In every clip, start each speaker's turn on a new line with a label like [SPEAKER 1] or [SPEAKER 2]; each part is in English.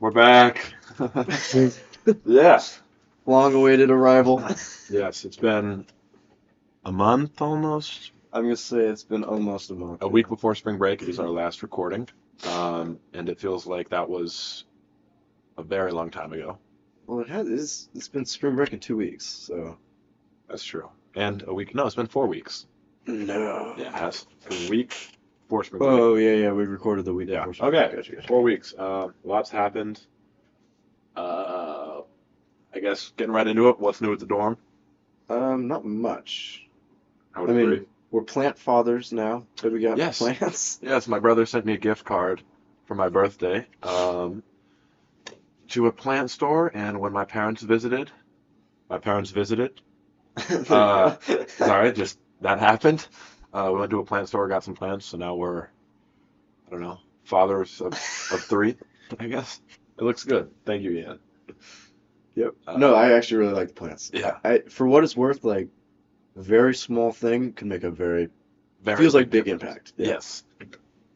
[SPEAKER 1] We're back. yes.
[SPEAKER 2] Long awaited arrival.
[SPEAKER 1] Yes, it's been a month almost.
[SPEAKER 2] I'm going to say it's been almost a month.
[SPEAKER 1] A week before spring break is our last recording. Um, and it feels like that was a very long time ago.
[SPEAKER 2] Well, it has, it's, it's been spring break in two weeks, so.
[SPEAKER 1] That's true. And a week. No, it's been four weeks.
[SPEAKER 2] No.
[SPEAKER 1] Yeah, it has. A week before spring break.
[SPEAKER 2] Oh, yeah, yeah. We recorded the week
[SPEAKER 1] Yeah.
[SPEAKER 2] before spring
[SPEAKER 1] Okay.
[SPEAKER 2] break. Gotcha, gotcha.
[SPEAKER 1] Four weeks. Uh, lots happened. Uh, I guess getting right into it. What's new at the dorm?
[SPEAKER 2] Um, not much.
[SPEAKER 1] I
[SPEAKER 2] I
[SPEAKER 1] would agree.
[SPEAKER 2] mean, we're plant fathers now, so we got
[SPEAKER 1] Yes.
[SPEAKER 2] plants.
[SPEAKER 1] Yes, my brother sent me a gift card for my birthday um, to a plant store, and when my parents visited, my parents visited. Uh, Sorry, just that happened. Uh, we went to a plant store, got some plants, so now we're, I don't know, fathers of, of three, I guess. It looks good. Thank you, Ian.
[SPEAKER 2] Yep.
[SPEAKER 1] Uh,
[SPEAKER 2] no, I actually really like the plants.
[SPEAKER 1] Yeah,
[SPEAKER 2] I, for what it's worth, like, a very small thing can make a very,
[SPEAKER 1] very
[SPEAKER 2] feels like big
[SPEAKER 1] difference.
[SPEAKER 2] impact. Yeah.
[SPEAKER 1] Yes.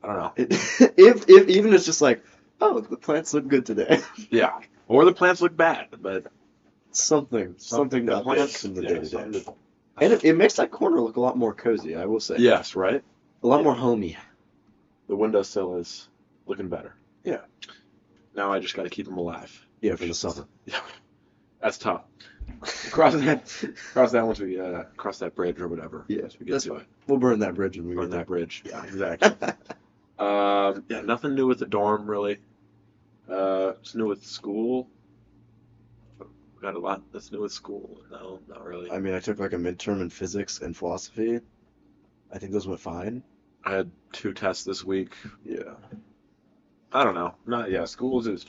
[SPEAKER 1] I don't know.
[SPEAKER 2] It, if, if even it's just like, oh, the plants look good today.
[SPEAKER 1] Yeah. Or the plants look bad, but
[SPEAKER 2] something, something
[SPEAKER 1] the
[SPEAKER 2] that plants in the
[SPEAKER 1] yeah,
[SPEAKER 2] day to
[SPEAKER 1] something
[SPEAKER 2] day.
[SPEAKER 1] that-
[SPEAKER 2] And it, it makes that corner look a lot more cozy, I will say.
[SPEAKER 1] Yes, right?
[SPEAKER 2] A lot more homey.
[SPEAKER 1] the windowsill is looking better.
[SPEAKER 2] Yeah.
[SPEAKER 1] Now I just got to keep them alive.
[SPEAKER 2] Yeah, for the summer.
[SPEAKER 1] That's tough. Cross that, cross that once we uh, cross that bridge or whatever.
[SPEAKER 2] Yeah,
[SPEAKER 1] once we get
[SPEAKER 2] that's
[SPEAKER 1] to it.
[SPEAKER 2] We'll burn that bridge when we
[SPEAKER 1] Burn
[SPEAKER 2] get
[SPEAKER 1] that bridge.
[SPEAKER 2] Yeah.
[SPEAKER 1] exactly.
[SPEAKER 2] there.
[SPEAKER 1] um, yeah, nothing new with the dorm really. Uh, it's new with school. We got a lot that's new with school. No, not really.
[SPEAKER 2] I mean, I took like a midterm in physics and philosophy. I think those went fine.
[SPEAKER 1] I had two tests this week.
[SPEAKER 2] Yeah.
[SPEAKER 1] I don't know. Not yeah. School's is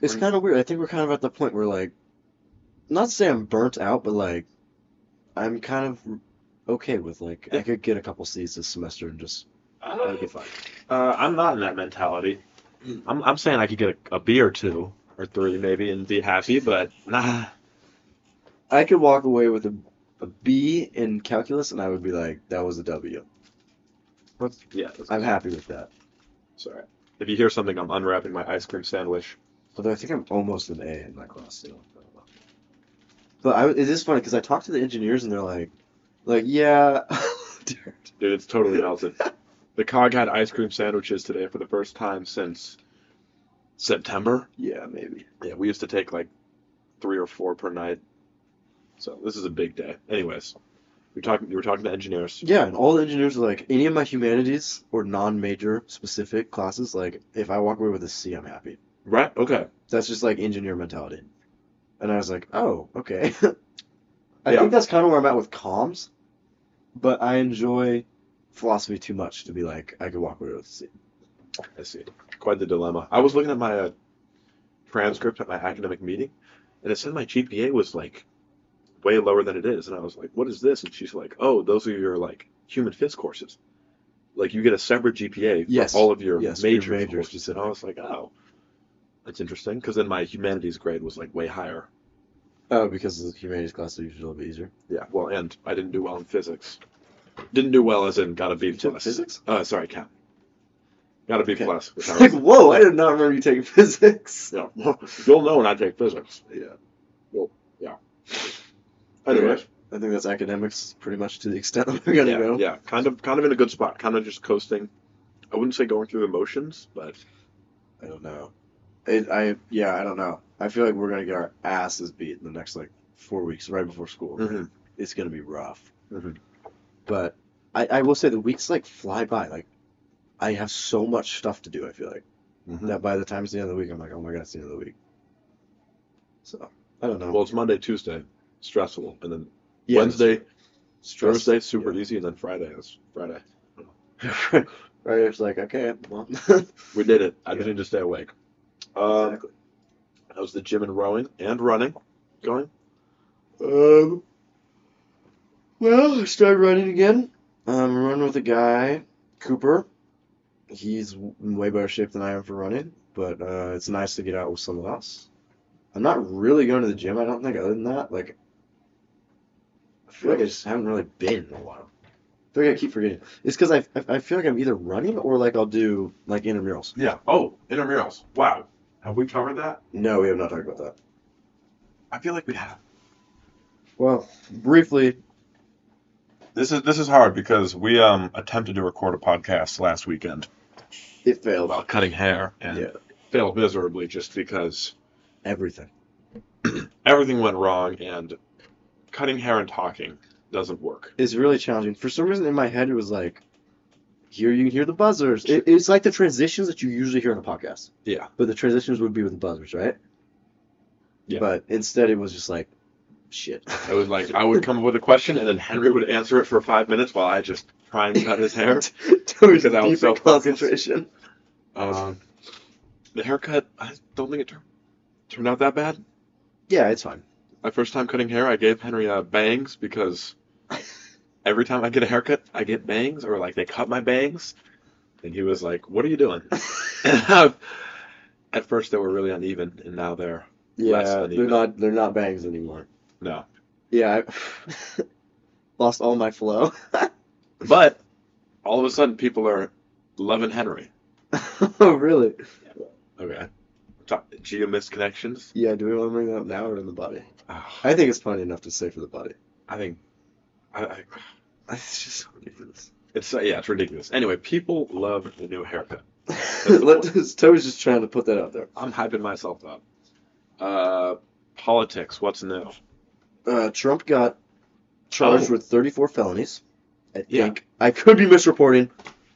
[SPEAKER 2] It's
[SPEAKER 1] We're-
[SPEAKER 2] kind of weird. I think we're kind of at the point where, like, not to say I'm burnt out, but like, I'm kind of okay with like, I
[SPEAKER 1] Yeah.
[SPEAKER 2] could get a couple C's this semester and just, I'll be fine.
[SPEAKER 1] Uh, I'm not in that mentality. I'm, I'm saying I could get a, a B or two or three maybe and be happy, but nah.
[SPEAKER 2] I could walk away with a, a B in calculus and I would be like, that was a W.
[SPEAKER 1] Yeah,
[SPEAKER 2] I'm happy with that.
[SPEAKER 1] sorry. If you hear something, I'm unwrapping my ice cream sandwich.
[SPEAKER 2] Although I think I'm almost an A in that class still. But I, it is funny because I talked to the engineers and they're like, like yeah, dude,
[SPEAKER 1] Dude, it's totally melted. the cog had ice cream sandwiches today for the first time since September.
[SPEAKER 2] yeah, maybe.
[SPEAKER 1] Yeah, we used to take like three or four per night. So this is a big day. Anyways, we are talking. You were talking to engineers.
[SPEAKER 2] Yeah, and all the engineers are like, any of my humanities or non-major specific classes, like if I walk away with a C, I'm happy.
[SPEAKER 1] Right. Okay.
[SPEAKER 2] That's just like engineer mentality. And I was like, oh, okay. I
[SPEAKER 1] Yeah.
[SPEAKER 2] think that's kind of where I'm at with comms, but I enjoy philosophy too much to be like, I could walk away with a C.
[SPEAKER 1] I see. Quite the dilemma. I was looking at my uh, transcript at my academic meeting, and it said my GPA was like way lower than it is. And I was like, what is this? And she's like, oh, those are your like human phys courses. Like you get a separate GPA for
[SPEAKER 2] Yes.
[SPEAKER 1] all of your
[SPEAKER 2] Yes, for your
[SPEAKER 1] major
[SPEAKER 2] majors
[SPEAKER 1] courses. And I was like, oh, that's interesting. Because then my humanities grade was like way higher.
[SPEAKER 2] Oh, because the humanities class is usually a little bit easier.
[SPEAKER 1] Yeah. Well, and I didn't do well in physics. Didn't do well as in got a B
[SPEAKER 2] You took
[SPEAKER 1] plus.
[SPEAKER 2] physics?
[SPEAKER 1] Uh, sorry, Cal. Got a B
[SPEAKER 2] Okay.
[SPEAKER 1] plus. which I
[SPEAKER 2] like,
[SPEAKER 1] was-
[SPEAKER 2] whoa, I did not remember you taking physics.
[SPEAKER 1] Yeah. You'll know when I take physics.
[SPEAKER 2] Yeah.
[SPEAKER 1] Well, yeah.
[SPEAKER 2] Anyways. I think that's academics pretty much to the extent that we're gonna
[SPEAKER 1] yeah,
[SPEAKER 2] go.
[SPEAKER 1] yeah, kind of, kind of in a good spot. Kind of just coasting. I wouldn't say going through the motions, but
[SPEAKER 2] I don't know. It, I yeah, I don't know. I feel like we're gonna get our asses beat in the next like four weeks, right before school.
[SPEAKER 1] Mm-hmm.
[SPEAKER 2] It's gonna be rough.
[SPEAKER 1] Mhm.
[SPEAKER 2] But I, I will say the weeks like fly by. Like I have so much stuff to do. I feel like
[SPEAKER 1] That-
[SPEAKER 2] that by the time it's the end of the week, I'm like, oh my god, it's the end of the week. So I don't know.
[SPEAKER 1] well, it's Monday, Tuesday, stressful, and then
[SPEAKER 2] Yeah,
[SPEAKER 1] Wednesday,
[SPEAKER 2] stress-
[SPEAKER 1] Thursday, super easy, and then Friday is Friday.
[SPEAKER 2] right? It's like okay, well,
[SPEAKER 1] We did it. I
[SPEAKER 2] Yeah.
[SPEAKER 1] just need to stay awake. Um, that was the gym and rowing and running, going.
[SPEAKER 2] Um. Well, I started running again. Um, running with a guy, Cooper. He's in way better shape than I am for running, but uh, it's nice to get out with someone else. I'm not really going to the gym. I don't think other than that, like, I feel like I just haven't really been in a while. I feel like I keep forgetting. It's because I, I I feel like I'm either running or like I'll do like intramurals.
[SPEAKER 1] Yeah. Oh, Intramurals. Wow. Have we covered that?
[SPEAKER 2] No, we have not talked about that.
[SPEAKER 1] I feel like we have.
[SPEAKER 2] Well, briefly,
[SPEAKER 1] This is this is hard because we um attempted to record a podcast last weekend
[SPEAKER 2] it failed.
[SPEAKER 1] about cutting hair and
[SPEAKER 2] Yeah.
[SPEAKER 1] failed miserably just because
[SPEAKER 2] Everything.
[SPEAKER 1] everything went wrong and cutting hair and talking doesn't work.
[SPEAKER 2] It's really challenging. For some reason, in my head, it was like, here you can hear the buzzers. It, it's like the transitions that you usually hear on a podcast.
[SPEAKER 1] Yeah.
[SPEAKER 2] But the transitions would be with the buzzers, right?
[SPEAKER 1] Yeah.
[SPEAKER 2] But instead, it was just like, shit.
[SPEAKER 1] It was like I would come up with a question and then Henry would answer it for five minutes while I just try and cut his hair.
[SPEAKER 2] because
[SPEAKER 1] I was so focused.
[SPEAKER 2] concentration.
[SPEAKER 1] Um, the haircut, I don't think it tur- turned out that bad.
[SPEAKER 2] Yeah, it's fine.
[SPEAKER 1] My first time cutting hair, I gave Henry uh, bangs because every time I get a haircut, I get bangs or like they cut my bangs. And he was like, "What are you doing?" And I- at first they were really uneven, and now they're
[SPEAKER 2] yeah,
[SPEAKER 1] Less than
[SPEAKER 2] they're
[SPEAKER 1] even.
[SPEAKER 2] not they're not bangs anymore.
[SPEAKER 1] no.
[SPEAKER 2] Yeah, I lost all my flow.
[SPEAKER 1] But all of a sudden, people are loving Henry.
[SPEAKER 2] oh, really?
[SPEAKER 1] Okay. Talk, geo misconnections.
[SPEAKER 2] Yeah. Do we want to bring that up now or in the body?
[SPEAKER 1] Oh,
[SPEAKER 2] I think it's funny enough to say for the body.
[SPEAKER 1] I think I, I,
[SPEAKER 2] It's just so ridiculous.
[SPEAKER 1] it's uh, yeah, it's ridiculous. Anyway, people love the new haircut.
[SPEAKER 2] Let, Toby's just trying to put that out there.
[SPEAKER 1] I'm hyping myself up. Uh, politics, what's new?
[SPEAKER 2] Uh, Trump got charged
[SPEAKER 1] Oh.
[SPEAKER 2] with 34 felonies. I
[SPEAKER 1] Yeah.
[SPEAKER 2] think I could be misreporting.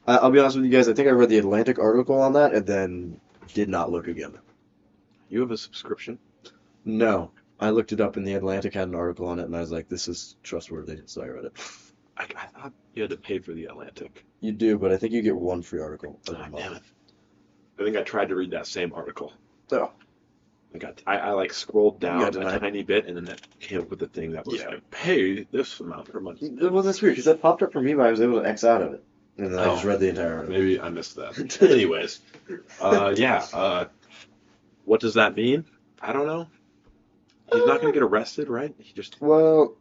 [SPEAKER 2] I, I'll be honest with you guys. I think I read the Atlantic article on that and then did not look again.
[SPEAKER 1] You have a subscription?
[SPEAKER 2] No, I looked it up and the Atlantic had an article on it, and I was like, "This is trustworthy," so I read it.
[SPEAKER 1] I, I thought you had to pay for the Atlantic.
[SPEAKER 2] You do, but I think you get one free article.
[SPEAKER 1] Oh,
[SPEAKER 2] every month.
[SPEAKER 1] damn it. I think I tried to read that same article.
[SPEAKER 2] Oh.
[SPEAKER 1] I got I, I like scrolled down
[SPEAKER 2] got
[SPEAKER 1] a
[SPEAKER 2] denied.
[SPEAKER 1] tiny bit and then that came up with the thing that was
[SPEAKER 2] Yeah.
[SPEAKER 1] like pay this amount for money.
[SPEAKER 2] Well, that's weird because that popped up for me, but I was able to X out of it, and then I
[SPEAKER 1] Oh.
[SPEAKER 2] just read the entire article.
[SPEAKER 1] Maybe I missed that. Anyways, uh, yeah. Uh, what does that mean? I don't know. He's not gonna get arrested, right? He just
[SPEAKER 2] Well,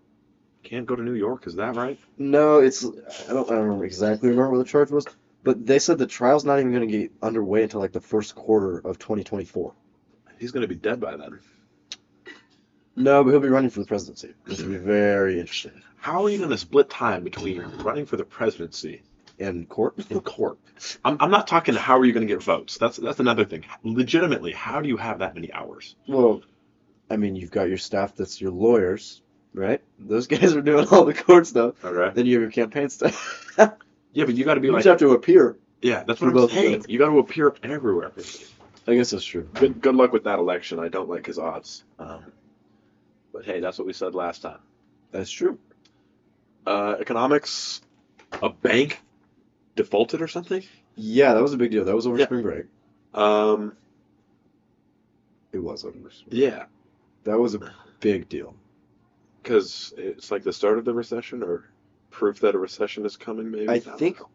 [SPEAKER 1] can't go to New York. Is that right?
[SPEAKER 2] no, it's I don't, I don't remember exactly remember what the charge was, but they said the trial's not even going to get underway until like the first quarter of 2024.
[SPEAKER 1] He's gonna be dead by then.
[SPEAKER 2] No, but he'll be running for the presidency. This will be very interesting.
[SPEAKER 1] How are you gonna split time between running for the presidency
[SPEAKER 2] And court,
[SPEAKER 1] in court. I'm, I'm not talking how are you going to get votes. That's that's another thing. Legitimately, how do you have that many hours?
[SPEAKER 2] well, I mean, you've got your staff that's your lawyers, right? Those guys are doing all the court stuff.
[SPEAKER 1] All right.
[SPEAKER 2] Then you have your campaign staff. you
[SPEAKER 1] Yeah, but you got to be like,
[SPEAKER 2] just have to appear.
[SPEAKER 1] yeah, that's
[SPEAKER 2] for
[SPEAKER 1] what I'm
[SPEAKER 2] both
[SPEAKER 1] saying.
[SPEAKER 2] sides.
[SPEAKER 1] You got to appear everywhere.
[SPEAKER 2] I guess that's true.
[SPEAKER 1] Good good luck with that election. I don't like his odds. Um, but hey, that's what we said last time.
[SPEAKER 2] That's true.
[SPEAKER 1] Uh, economics, a bank defaulted or something.
[SPEAKER 2] Yeah, that was a big deal. That was over
[SPEAKER 1] Yeah.
[SPEAKER 2] spring break.
[SPEAKER 1] Um,
[SPEAKER 2] It was over. spring break.
[SPEAKER 1] yeah,
[SPEAKER 2] That was a big deal.
[SPEAKER 1] because it's like the start of the recession or proof that a recession is coming. Maybe
[SPEAKER 2] I
[SPEAKER 1] don't
[SPEAKER 2] think-
[SPEAKER 1] know.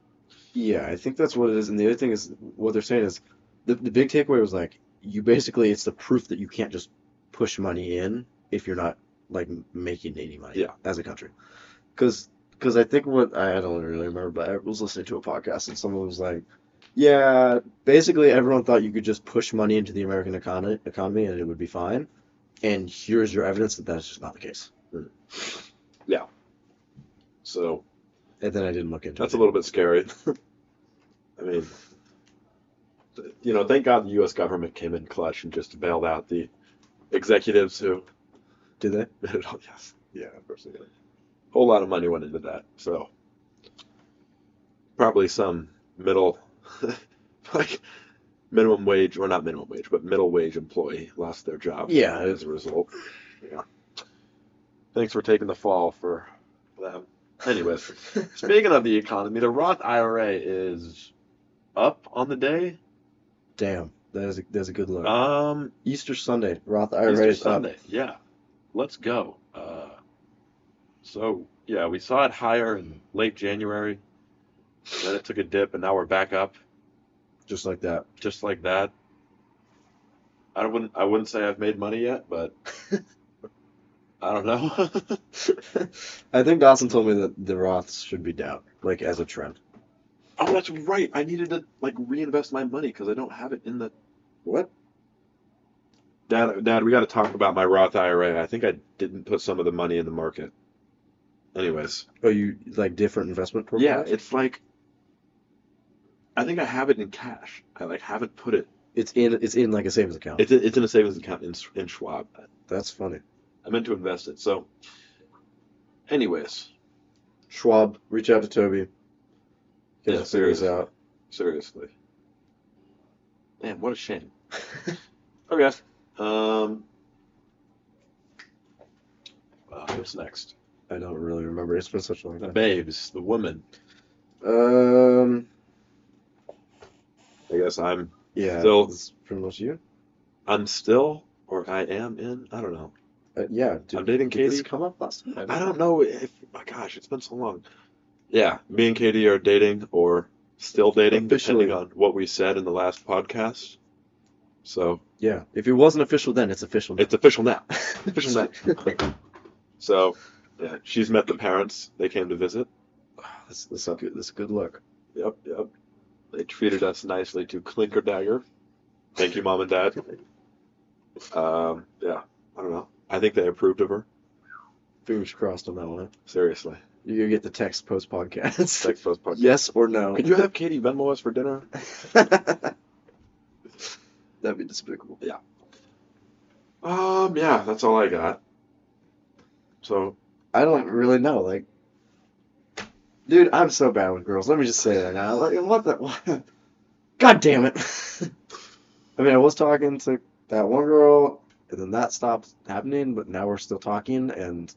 [SPEAKER 2] Yeah, I think that's what it is. And the other thing is, what they're saying is, the the big takeaway was like, you basically it's the proof that you can't just push money in if you're not like m- making any money
[SPEAKER 1] Yeah.
[SPEAKER 2] as a country. Because because I think what I don't really remember, but I was listening to a podcast and someone was like, yeah, basically everyone thought you could just push money into the American economy economy and it would be fine. And here's your evidence that that's just not the case.
[SPEAKER 1] so.
[SPEAKER 2] And then I didn't look into
[SPEAKER 1] That's
[SPEAKER 2] it.
[SPEAKER 1] a little bit scary. I mean, th- you know, thank God the U.S. government came in clutch and just bailed out the executives who
[SPEAKER 2] Did they?
[SPEAKER 1] did it all. Yes, yeah, of course they did. Whole lot of money went into that, so probably some middle, like minimum wage, or not minimum wage, but middle wage employee lost their job.
[SPEAKER 2] Yeah.
[SPEAKER 1] as a result. Yeah. Thanks for taking the fall for them. Anyways. Speaking of the economy, the Roth IRA is up on the day.
[SPEAKER 2] Damn, that is a, that's a good look.
[SPEAKER 1] Um,
[SPEAKER 2] Easter Sunday, Roth
[SPEAKER 1] Easter
[SPEAKER 2] IRA is up.
[SPEAKER 1] Sunday. Yeah, let's go. Uh, so yeah, we saw it higher in late January. Then it took a dip, and now we're back up
[SPEAKER 2] just like that.
[SPEAKER 1] just like that. I wouldn't. I wouldn't say I've made money yet, but I don't know.
[SPEAKER 2] I think Dawson told me that the Roths should be down, like as a trend.
[SPEAKER 1] oh, that's right. I needed to like reinvest my money because I don't have it in the
[SPEAKER 2] What?
[SPEAKER 1] Dad, Dad, we got to talk about my Roth IRA. I think I didn't put some of the money in the market. Anyways,
[SPEAKER 2] Oh, you like different investment
[SPEAKER 1] yeah,
[SPEAKER 2] portfolios?
[SPEAKER 1] it's like I think I have it in cash. I like haven't put it.
[SPEAKER 2] It's in it's in like a savings account.
[SPEAKER 1] It's it's in a savings account in in Schwab.
[SPEAKER 2] That's funny.
[SPEAKER 1] I meant to invest it. So, anyways,
[SPEAKER 2] Schwab, reach out to Toby. Get
[SPEAKER 1] Yeah,
[SPEAKER 2] us figures out.
[SPEAKER 1] seriously, man, what a shame. Okay. Um. Uh, what's next?
[SPEAKER 2] I don't really remember. It's been such a long
[SPEAKER 1] The
[SPEAKER 2] time.
[SPEAKER 1] babes, the woman.
[SPEAKER 2] Um,
[SPEAKER 1] I guess I'm
[SPEAKER 2] yeah,
[SPEAKER 1] So-
[SPEAKER 2] that's pretty much you.
[SPEAKER 1] I'm still or I am in. I don't know.
[SPEAKER 2] Uh, yeah, did,
[SPEAKER 1] I'm dating
[SPEAKER 2] did this
[SPEAKER 1] Katie.
[SPEAKER 2] come up last time?
[SPEAKER 1] I don't know if. My gosh, it's been so long. Yeah, me and Katie are dating or still dating,
[SPEAKER 2] Officially.
[SPEAKER 1] depending on what we said in the last podcast. So
[SPEAKER 2] Yeah, if it wasn't official then, it's official now.
[SPEAKER 1] it's official now. official now. So yeah, she's met the parents. They came to visit.
[SPEAKER 2] This, this, is good, this is good luck.
[SPEAKER 1] Yep, yep. They treated us nicely to clinker dagger. Thank you, mom and dad. Um, yeah, I don't know. I think they approved of her.
[SPEAKER 2] Fingers crossed on that one.
[SPEAKER 1] Seriously.
[SPEAKER 2] You're gonna get the text post podcast.
[SPEAKER 1] Sex post podcast.
[SPEAKER 2] yes or no?
[SPEAKER 1] Could you have Katie Venmo us for dinner?
[SPEAKER 2] That'd be despicable.
[SPEAKER 1] Um, yeah, that's all I got. So,
[SPEAKER 2] I don't really know. Like, dude, I'm so bad with girls. Let me just say that now. Like, what the? What? God damn it! I mean, I was talking to that one girl, and then that stopped happening. But now we're still talking, and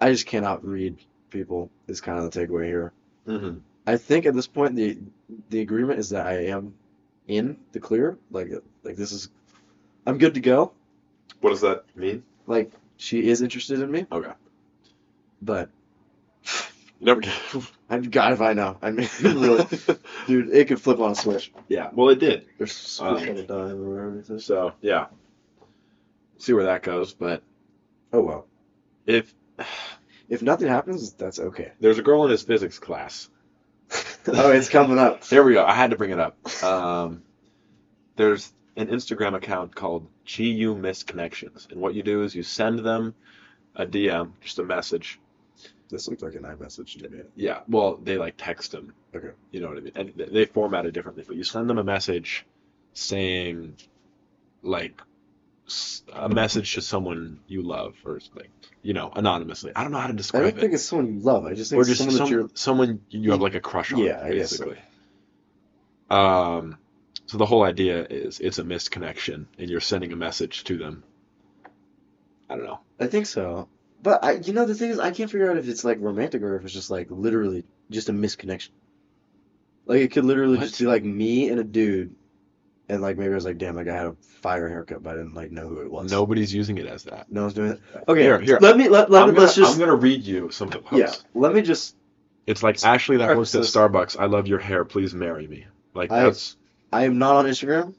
[SPEAKER 2] I just cannot read people. Is kind of the takeaway here.
[SPEAKER 1] mhm.
[SPEAKER 2] I think at this point the the agreement is that I am in the clear. Like, like this is, I'm good to go.
[SPEAKER 1] what does that mean?
[SPEAKER 2] Like, she is interested in me,
[SPEAKER 1] Okay.
[SPEAKER 2] but.
[SPEAKER 1] You never get.
[SPEAKER 2] I'm God if I know. I mean, really, dude, it could flip on a switch.
[SPEAKER 1] Yeah, well, it did.
[SPEAKER 2] There's
[SPEAKER 1] Um,
[SPEAKER 2] switch on a dime or whatever it is.
[SPEAKER 1] So, yeah. See where that goes, but
[SPEAKER 2] Oh well.
[SPEAKER 1] if
[SPEAKER 2] If nothing happens, that's okay.
[SPEAKER 1] there's a girl in his physics class.
[SPEAKER 2] oh, it's coming up. Uh,
[SPEAKER 1] There we go. I had to bring it up. Um, there's an Instagram account called GU Miss Connections, and what you do is you send them a DM, just a message.
[SPEAKER 2] This looks like an iMessage to me.
[SPEAKER 1] Yeah, well, they like text them.
[SPEAKER 2] Okay.
[SPEAKER 1] You know what I mean? And th- they format it differently, but you send them a message saying, like, s- a message to someone you love, or like, you know, anonymously. I don't know how to
[SPEAKER 2] I
[SPEAKER 1] describe
[SPEAKER 2] don't
[SPEAKER 1] it.
[SPEAKER 2] think it's someone you love. I just think
[SPEAKER 1] Or
[SPEAKER 2] it's
[SPEAKER 1] just
[SPEAKER 2] someone that
[SPEAKER 1] some,
[SPEAKER 2] you're.
[SPEAKER 1] someone you have like a crush on,
[SPEAKER 2] Yeah, I guess so.
[SPEAKER 1] basically. Um, so the whole idea is it's a missed connection, and you're sending a message to them. I don't know.
[SPEAKER 2] I think so. But I, you know, the thing is, I can't figure out if it's like romantic or if it's just like literally just a misconnection. Like it could literally
[SPEAKER 1] What?
[SPEAKER 2] just be like me and a dude, and like maybe I was like, damn, like I had a fire haircut, but I didn't like know who it was.
[SPEAKER 1] Nobody's using it as that.
[SPEAKER 2] No one's doing it. Okay,
[SPEAKER 1] Here, here.
[SPEAKER 2] Let me let, let
[SPEAKER 1] I'm gonna,
[SPEAKER 2] let's just
[SPEAKER 1] I'm gonna read you some of the posts.
[SPEAKER 2] yeah. Let me just.
[SPEAKER 1] It's like Ashley that works at
[SPEAKER 2] Prefaces.
[SPEAKER 1] Starbucks. I love your hair. Please marry me. Like
[SPEAKER 2] I-
[SPEAKER 1] that's
[SPEAKER 2] I am not on Instagram,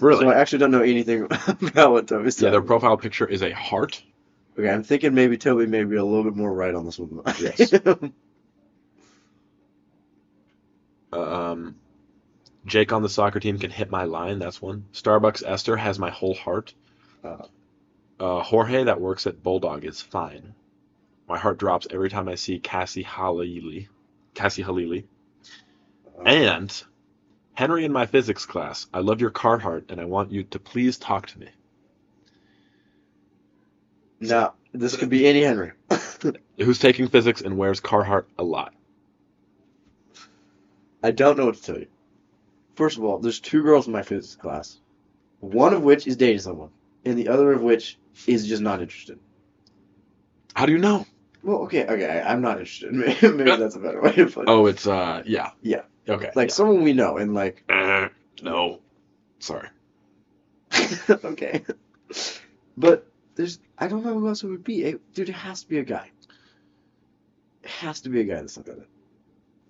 [SPEAKER 1] really.
[SPEAKER 2] so I actually don't know anything about what Toby
[SPEAKER 1] yeah,
[SPEAKER 2] said.
[SPEAKER 1] their profile picture is a heart.
[SPEAKER 2] okay, I'm thinking maybe Toby may be a little bit more right on this one. than I
[SPEAKER 1] Yes.
[SPEAKER 2] am.
[SPEAKER 1] Um, Jake on the soccer team can hit my line. That's one. Starbucks Esther has my whole heart.
[SPEAKER 2] Uh.
[SPEAKER 1] Uh, Jorge that works at Bulldog is fine. My heart drops every time I see Cassie Halili. Cassie Halili.
[SPEAKER 2] Uh-huh.
[SPEAKER 1] And Henry in my physics class. I love your Carhartt and I want you to please talk to me.
[SPEAKER 2] now this could be any Henry.
[SPEAKER 1] Who's taking physics and wears Carhartt a lot?
[SPEAKER 2] I don't know what to tell you. First of all, there's two girls in my physics class, one of which is dating someone, and the other of which is just not interested.
[SPEAKER 1] How do you know?
[SPEAKER 2] Well, okay, okay, I- I'm not interested. Maybe, maybe that's a better way to put it.
[SPEAKER 1] Oh, it's uh, yeah,
[SPEAKER 2] Yeah.
[SPEAKER 1] okay,
[SPEAKER 2] like someone we know, and like
[SPEAKER 1] yeah. Uh, no, sorry.
[SPEAKER 2] okay. But there's I don't know who else it would be. It- dude, it has to be a guy. It has to be a guy that's like that.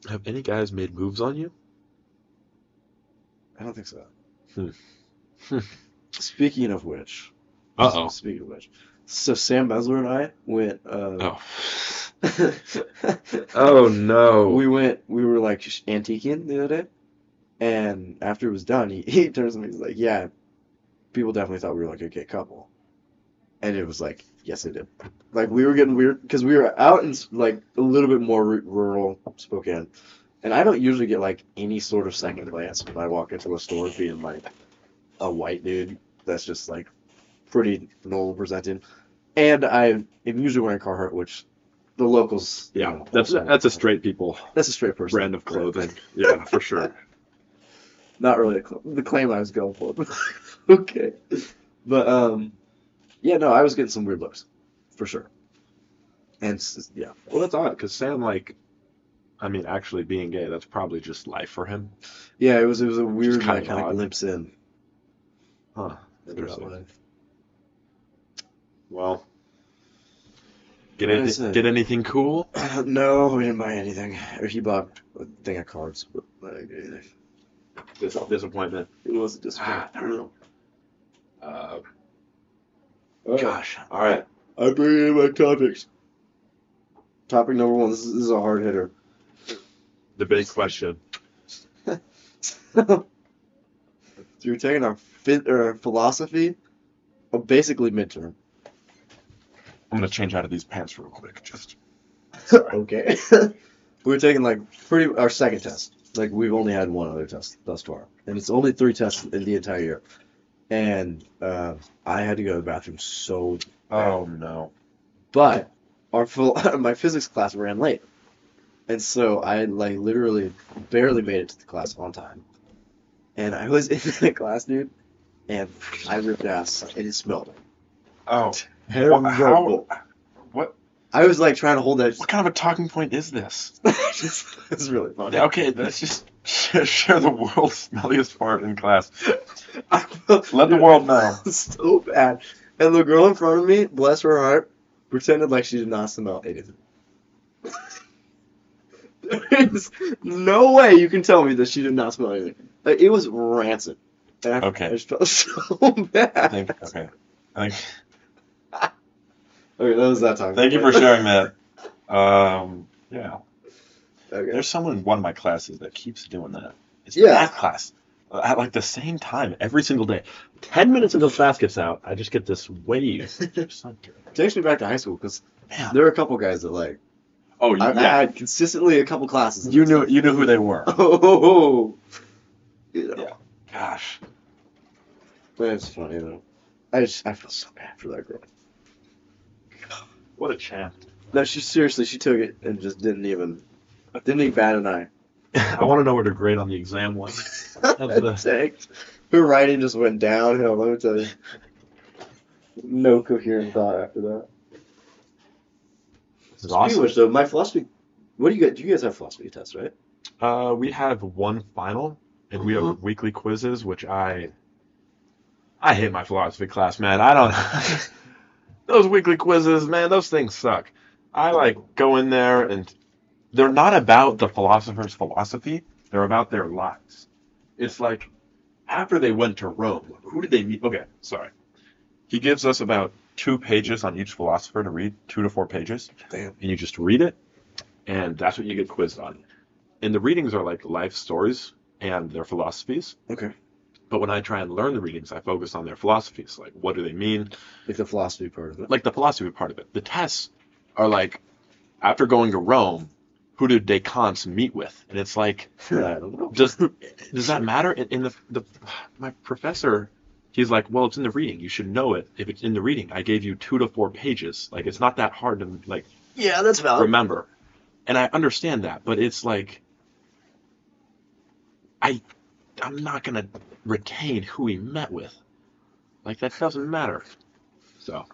[SPEAKER 1] Have any guys made moves on you?
[SPEAKER 2] I don't think so.
[SPEAKER 1] Hmm. Hmm.
[SPEAKER 2] Speaking of which,
[SPEAKER 1] Uh oh.
[SPEAKER 2] Speaking of which, so Sam Besler and I went. Uh,
[SPEAKER 1] Oh. Oh no.
[SPEAKER 2] Oh,
[SPEAKER 1] Oh,
[SPEAKER 2] we went. We were like sh- antiquing the other day, And after it was done, he, he turns to me and he's like, Yeah, people definitely thought we were like a gay couple. And it was like, Yes, they did. Like, we were getting weird because we were out in s- like a little bit more ru- rural Spokane. And I don't usually get like any sort of second glance when I walk into a store being like a white dude that's just like pretty normal presenting. And I am usually wearing Carhartt, which the locals. you
[SPEAKER 1] Yeah,
[SPEAKER 2] know,
[SPEAKER 1] that's
[SPEAKER 2] also-
[SPEAKER 1] that's a straight people
[SPEAKER 2] that's a straight person
[SPEAKER 1] brand of clothing. Yeah, for sure.
[SPEAKER 2] not really a cl- the claim I was going for. but- okay, but um, yeah, no, I was getting some weird looks, for sure. And s- s- yeah,
[SPEAKER 1] Well, that's odd because Sam, like, I mean, actually being gay, that's probably just life for him.
[SPEAKER 2] yeah, it was it was a weird
[SPEAKER 1] kinda
[SPEAKER 2] like, kind
[SPEAKER 1] odd.
[SPEAKER 2] of limps in.
[SPEAKER 1] Huh. Interesting.
[SPEAKER 2] Interesting.
[SPEAKER 1] Well, get
[SPEAKER 2] What
[SPEAKER 1] any,
[SPEAKER 2] is it?
[SPEAKER 1] get anything cool?
[SPEAKER 2] no, we didn't buy anything. Or he bought a thing of cards, but I didn't get anything.
[SPEAKER 1] Dis- disappointment.
[SPEAKER 2] It was a
[SPEAKER 1] Ah, darn.
[SPEAKER 2] disappointment.
[SPEAKER 1] Uh, oh.
[SPEAKER 2] Gosh,
[SPEAKER 1] All right.
[SPEAKER 2] I bring in my topics. Topic number one. This is, this is a hard hitter.
[SPEAKER 1] The big question.
[SPEAKER 2] so you're taking a fit or a philosophy, a basically midterm.
[SPEAKER 1] I'm gonna change out of these pants real quick. Just
[SPEAKER 2] okay. we were taking like pretty our second test. Like we've only had one other test thus far, and it's only three tests in the entire year. And uh, I had to go to the bathroom so,
[SPEAKER 1] oh no.
[SPEAKER 2] but our full my physics class ran late, and so I like literally barely made it to the class on time. And I was in that class, dude, and I ripped ass, and it smelled
[SPEAKER 1] Oh,
[SPEAKER 2] terrible.
[SPEAKER 1] how- what-
[SPEAKER 2] I was like trying to hold that.
[SPEAKER 1] what kind of a talking point is this?
[SPEAKER 2] just, it's really funny.
[SPEAKER 1] Yeah, Okay, let's just share, share the world's smelliest fart in class.
[SPEAKER 2] I
[SPEAKER 1] Let the world know.
[SPEAKER 2] so bad. And the girl in front of me, bless her heart, pretended like she did not smell anything. There's no way you can tell me that she did not smell anything. Like, it was rancid. And I,
[SPEAKER 1] Okay.
[SPEAKER 2] I just felt so bad.
[SPEAKER 1] I think. Okay. I think,
[SPEAKER 2] Okay, that was that time.
[SPEAKER 1] thank you for sharing that. Um. Yeah.
[SPEAKER 2] Okay.
[SPEAKER 1] There's someone in one of my classes that keeps doing that. It's
[SPEAKER 2] Yeah.
[SPEAKER 1] math class. uh, At like the same time every single day. Ten minutes until class gets out, I just get this wave.
[SPEAKER 2] Takes me back to high school because
[SPEAKER 1] Man.
[SPEAKER 2] there were a couple guys that like
[SPEAKER 1] Oh
[SPEAKER 2] I, I
[SPEAKER 1] yeah.
[SPEAKER 2] had consistently a couple classes.
[SPEAKER 1] You knew you knew who they were.
[SPEAKER 2] Oh, yeah.
[SPEAKER 1] Yeah. Gosh.
[SPEAKER 2] That's funny though. I just I feel so bad for that girl.
[SPEAKER 1] What a champ.
[SPEAKER 2] No, she seriously she took it and just didn't even didn't even bat an eye.
[SPEAKER 1] I want to know where to grade on the exam was. the-
[SPEAKER 2] Thanks. Her writing just went downhill. Let me tell you, no coherent thought after that.
[SPEAKER 1] This is
[SPEAKER 2] Speaking of which, though, my philosophy. What do you guys? Do you guys have philosophy tests, right?
[SPEAKER 1] Uh, we have one final, and we have
[SPEAKER 2] Mhm.
[SPEAKER 1] weekly quizzes, which I I hate my philosophy class, man. I don't those weekly quizzes, man. Those things suck. I like go in there, and they're not about the philosopher's philosophy. They're about their lives. It's like after they went to Rome, who did they meet? Okay, sorry. He gives us about two pages on each philosopher to read, two to four pages
[SPEAKER 2] Damn.
[SPEAKER 1] and you just read it, and that's what you get quizzed on. And the readings are like life stories and their philosophies.
[SPEAKER 2] Okay.
[SPEAKER 1] But when I try and learn the readings, I focus on their philosophies. Like, what do they mean?
[SPEAKER 2] Like the philosophy part of it.
[SPEAKER 1] Like the philosophy part of it. The tests are like, after going to Rome, who did Descartes meet with? And it's like,
[SPEAKER 2] I don't know.
[SPEAKER 1] does does that matter? In, in the the my professor, he's like, well, it's in the reading. You should know it if it's in the reading. I gave you two to four pages. Like, it's not that hard to like
[SPEAKER 2] Yeah, that's valid.
[SPEAKER 1] remember. And I understand that, but it's like I I'm not gonna retain who he met with. Like that doesn't matter. So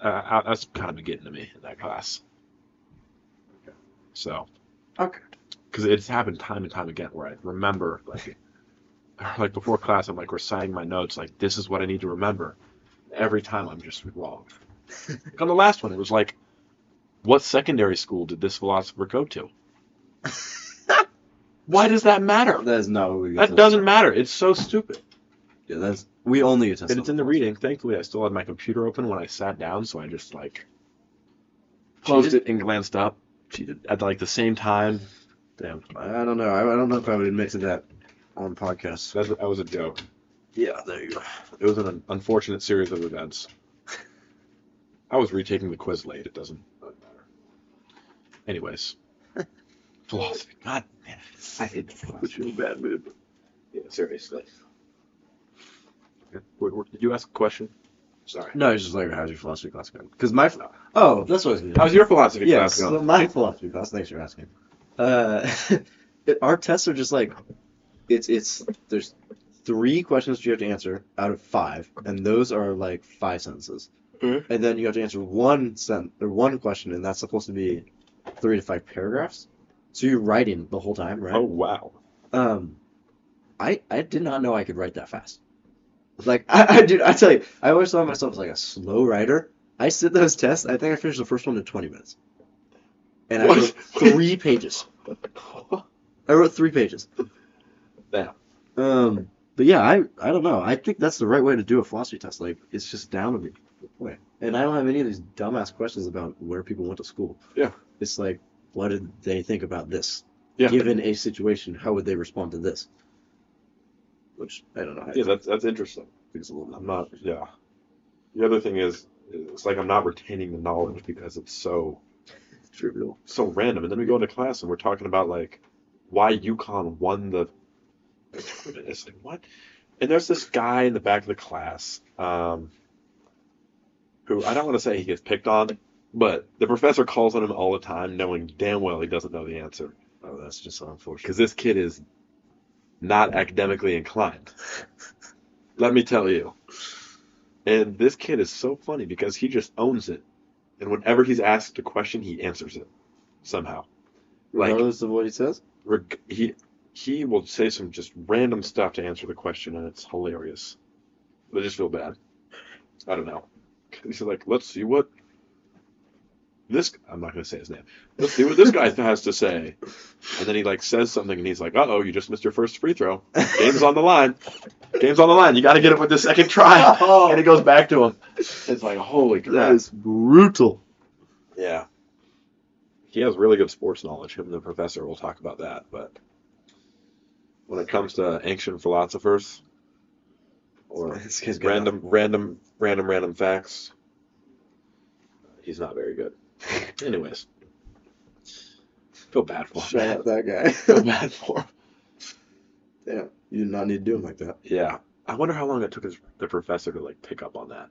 [SPEAKER 1] uh, I- that's kind of been getting to me in that class. So
[SPEAKER 2] Okay.
[SPEAKER 1] because it's happened time and time again where I remember like like before class I'm like reciting my notes like this is what I need to remember. Every time I'm just wrong. like on the last one it was like, what secondary school did this philosopher go to? Why does that matter?
[SPEAKER 2] That is not what we. get
[SPEAKER 1] That
[SPEAKER 2] tested.
[SPEAKER 1] doesn't matter. It's so stupid.
[SPEAKER 2] Yeah, that's we only get tested.
[SPEAKER 1] And it's in the reading. Thankfully, I still had my computer open when I sat down, so I just like closed it and glanced up at like the same time. Damn.
[SPEAKER 2] I don't know. I, I don't know if I would admit to that. on podcasts.
[SPEAKER 1] That, that was a joke.
[SPEAKER 2] Yeah, there you go.
[SPEAKER 1] It was an unfortunate series of events. I was retaking the quiz late. It doesn't really matter. Anyways, philosophy. God, man, I hate
[SPEAKER 2] Put you
[SPEAKER 1] philosophy.
[SPEAKER 2] in a bad mood.
[SPEAKER 1] Yeah, seriously. Did you ask a question? Sorry.
[SPEAKER 2] No, it's just like, how's your philosophy class going? Because my, oh, that's what I was gonna do.
[SPEAKER 1] How's your philosophy
[SPEAKER 2] Yes,
[SPEAKER 1] class going?
[SPEAKER 2] so my philosophy class. Thanks for asking. Uh, it- our tests are just like it's it's there's three questions you have to answer out of five, and those are like five sentences,
[SPEAKER 1] Mhm.
[SPEAKER 2] and then you have to answer one sent or one question, and that's supposed to be three to five paragraphs. So you're writing the whole time, right?
[SPEAKER 1] Oh wow.
[SPEAKER 2] Um, I I did not know I could write that fast. Like I, I dude, I tell you, I always thought of myself as like a slow writer. I sit those tests. I think I finished the first one in twenty minutes, and I
[SPEAKER 1] What?
[SPEAKER 2] wrote three pages.
[SPEAKER 1] Oh,
[SPEAKER 2] I wrote three pages.
[SPEAKER 1] Damn.
[SPEAKER 2] Um, but yeah, I I don't know. I think that's the right way to do a philosophy test. Like it's just down to me. Boy. And I don't have any of these dumbass questions about where people went to school.
[SPEAKER 1] Yeah.
[SPEAKER 2] It's like, what did they think about this?
[SPEAKER 1] Yeah.
[SPEAKER 2] Given a situation, how would they respond to this? Which I don't know. I
[SPEAKER 1] Yeah, that's that's interesting.
[SPEAKER 2] think it's a little
[SPEAKER 1] I'm not. Yeah. The other thing is, it's like I'm not retaining the knowledge because it's so
[SPEAKER 2] trivial.
[SPEAKER 1] so random. And then we go into class and we're talking about like why UConn won the tournament. It's like what? And there's this guy in the back of the class, um, who I don't want to say he gets picked on, but the professor calls on him all the time, knowing damn well he doesn't know the answer
[SPEAKER 2] Oh, that's just unfortunate.
[SPEAKER 1] because this kid is not academically inclined. Let me tell you. And this kid is so funny because he just owns it. And whenever he's asked a question, he answers it somehow. Like
[SPEAKER 2] Regardless of what he says.
[SPEAKER 1] reg- he he will say some just random stuff to answer the question, and it's hilarious. But I just feel bad. I don't know. He's like, let's see what this. I'm not gonna say his name. Let's see what this guy has to say. And then he like says something, and he's like, uh oh, you just missed your first free throw. Game's on the line. Game's on the line. You got to get it with the second try.
[SPEAKER 2] Oh.
[SPEAKER 1] And it goes back to him. It's like, holy
[SPEAKER 2] That
[SPEAKER 1] crap.
[SPEAKER 2] is brutal.
[SPEAKER 1] Yeah. He has really good sports knowledge. Him and the professor will talk about that. But when it comes to ancient philosophers or
[SPEAKER 2] This kid's got
[SPEAKER 1] random, random, random, random facts, he's not very good. Anyways, feel bad for
[SPEAKER 2] Shout
[SPEAKER 1] him.
[SPEAKER 2] out that
[SPEAKER 1] Feel
[SPEAKER 2] guy.
[SPEAKER 1] bad for him.
[SPEAKER 2] Damn, you did not need to do him like that.
[SPEAKER 1] Yeah. I wonder how long it took his, the professor to like pick up on that.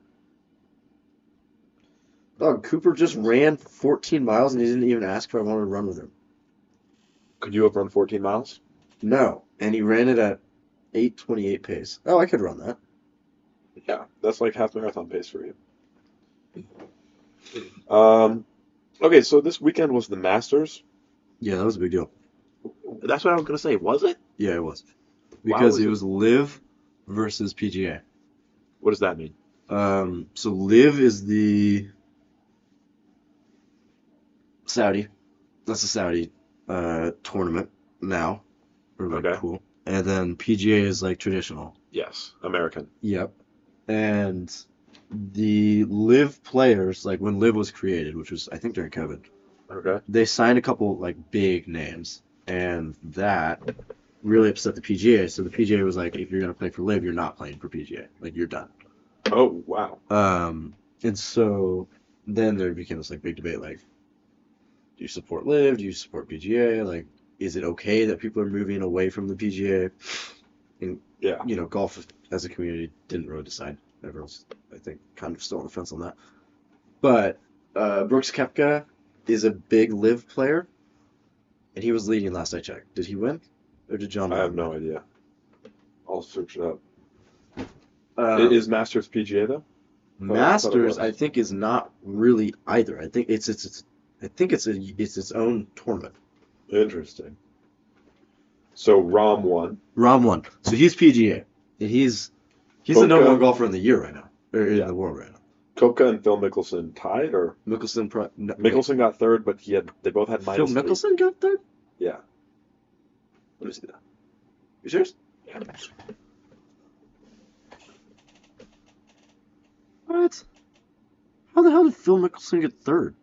[SPEAKER 2] Dog, Cooper just ran 14 miles and he didn't even ask if I wanted to run with him.
[SPEAKER 1] Could you have run 14 miles?
[SPEAKER 2] No, and he ran it at 8:28 pace. Oh, I could run that.
[SPEAKER 1] Yeah, that's like half marathon pace for you. Um, okay, so this weekend was the Masters.
[SPEAKER 2] Yeah, that was a big deal.
[SPEAKER 1] That's what I was gonna say. Was it?
[SPEAKER 2] Yeah, it was
[SPEAKER 1] Why
[SPEAKER 2] because
[SPEAKER 1] was
[SPEAKER 2] it
[SPEAKER 1] it-
[SPEAKER 2] was Live versus PGA.
[SPEAKER 1] What does that mean?
[SPEAKER 2] Um, so Live is the Saudi. That's the Saudi uh, tournament now, or like
[SPEAKER 1] Okay.
[SPEAKER 2] pool, and then PGA is like traditional.
[SPEAKER 1] Yes, American.
[SPEAKER 2] Yep. And the Live players, like when Live was created, which was I think during COVID,
[SPEAKER 1] Okay.
[SPEAKER 2] they signed a couple like big names, and that really upset the PGA. So the PGA was like, if you're gonna play for Live, you're not playing for PGA. Like you're done.
[SPEAKER 1] Oh wow.
[SPEAKER 2] Um, and so then there became this like big debate, like, do you support Live? Do you support PGA? Like, is it okay that people are moving away from the PGA?
[SPEAKER 1] Yeah.
[SPEAKER 2] you know, golf as a community didn't really decide. Everyone's, I think, kind of still on the fence on that. But uh, Brooks Kepka is a big live player, and he was leading last I checked. Did he win? Or did John
[SPEAKER 1] I have
[SPEAKER 2] win?
[SPEAKER 1] no idea. I'll search it up. I-
[SPEAKER 2] Um,
[SPEAKER 1] is Masters PGA though?
[SPEAKER 2] Masters,
[SPEAKER 1] I thought it
[SPEAKER 2] I
[SPEAKER 1] was.
[SPEAKER 2] think, is not really either. I think it's it's, it's I think it's a, it's its own tournament.
[SPEAKER 1] Interesting. So Rom won.
[SPEAKER 2] Rom won, so he's PGA, and he's he's the number
[SPEAKER 1] Koepka.
[SPEAKER 2] one golfer in the year right now, or in
[SPEAKER 1] Yeah.
[SPEAKER 2] the world right now.
[SPEAKER 1] Koepka and Phil Mickelson tied, or
[SPEAKER 2] Mickelson, pro- no, wait,
[SPEAKER 1] Mickelson got third, but he had they both had
[SPEAKER 2] Phil
[SPEAKER 1] minus three.
[SPEAKER 2] Mickelson got third.
[SPEAKER 1] Yeah.
[SPEAKER 2] Let me see that. You serious? What? How the hell did Phil Mickelson get third?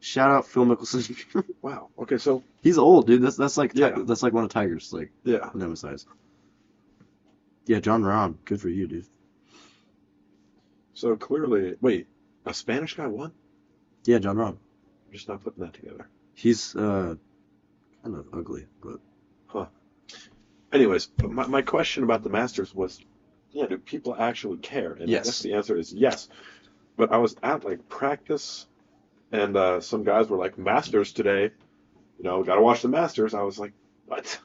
[SPEAKER 2] Shout out Phil Mickelson.
[SPEAKER 1] Wow. Okay. So
[SPEAKER 2] He's old, dude. That's that's like Ti-
[SPEAKER 1] Yeah.
[SPEAKER 2] that's like one of Tiger's like
[SPEAKER 1] yeah.
[SPEAKER 2] nemesis. Yeah, John Robb, good for you, dude.
[SPEAKER 1] So clearly, wait, a Spanish guy won?
[SPEAKER 2] Yeah, John Robb.
[SPEAKER 1] I'm just not putting that together.
[SPEAKER 2] He's uh kind of ugly, but
[SPEAKER 1] Anyways, my, my question about the Masters was, yeah, do people actually care? And I
[SPEAKER 2] Yes.
[SPEAKER 1] guess the answer is yes. But I was at like practice, and uh, some guys were like, Masters today, you know, gotta watch the Masters. I was like, what?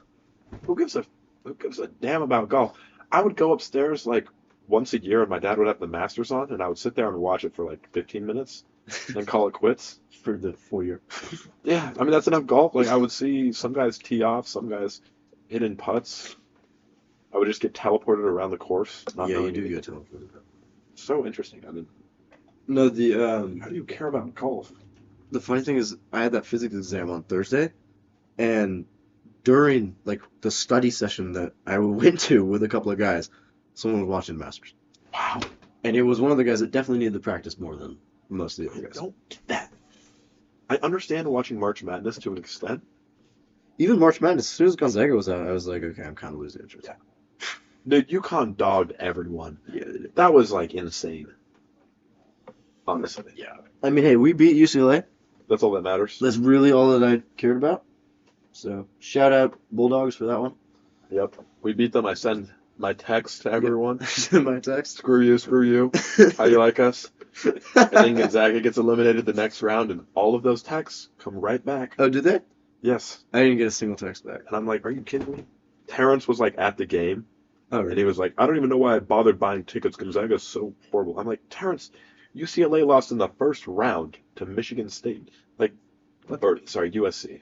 [SPEAKER 1] Who gives a who gives a damn about golf? I would go upstairs like once a year, and my dad would have the Masters on, and I would sit there and watch it for like 15 minutes, and call it quits.
[SPEAKER 2] for the full year.
[SPEAKER 1] Yeah, I mean that's enough golf. Like I would see some guys tee off, some guys hit in putts. I would just get teleported around the course. Not
[SPEAKER 2] yeah, you
[SPEAKER 1] knowing
[SPEAKER 2] do
[SPEAKER 1] anything.
[SPEAKER 2] get teleported.
[SPEAKER 1] So interesting. I mean,
[SPEAKER 2] No, the um
[SPEAKER 1] how do you care about golf?
[SPEAKER 2] the funny thing is I had that physics exam on Thursday and during like the study session that I went to with a couple of guys, someone was watching Masters.
[SPEAKER 1] Wow,
[SPEAKER 2] And it was one of the guys that definitely needed to practice more than most of the
[SPEAKER 1] I
[SPEAKER 2] other guys.
[SPEAKER 1] don't get that. I understand watching March Madness to an extent.
[SPEAKER 2] Even March Madness, as soon as Gonzaga was out, I was like, okay, I'm kind of losing interest.
[SPEAKER 1] Yeah. Dude, UConn dogged everyone.
[SPEAKER 2] Yeah, they did.
[SPEAKER 1] That was like insane. Honestly, yeah,
[SPEAKER 2] I mean, hey, we beat UCLA.
[SPEAKER 1] that's all that matters.
[SPEAKER 2] That's really all that I cared about. So shout out Bulldogs for that one.
[SPEAKER 1] Yep, we beat them. I send my text to everyone.
[SPEAKER 2] My text.
[SPEAKER 1] Screw you, screw you. How you like us? And then Gonzaga gets eliminated the next round, and all of those texts come right back.
[SPEAKER 2] oh, did they?
[SPEAKER 1] Yes.
[SPEAKER 2] I didn't get a single text back.
[SPEAKER 1] And I'm like, are you kidding me? Terrence was like at the game,
[SPEAKER 2] Oh,
[SPEAKER 1] and
[SPEAKER 2] really?
[SPEAKER 1] he was like, I don't even know why I bothered buying tickets. Gonzaga's so horrible. I'm like, Terrence, UCLA lost in the first round to Michigan State. Like, or sorry, USC.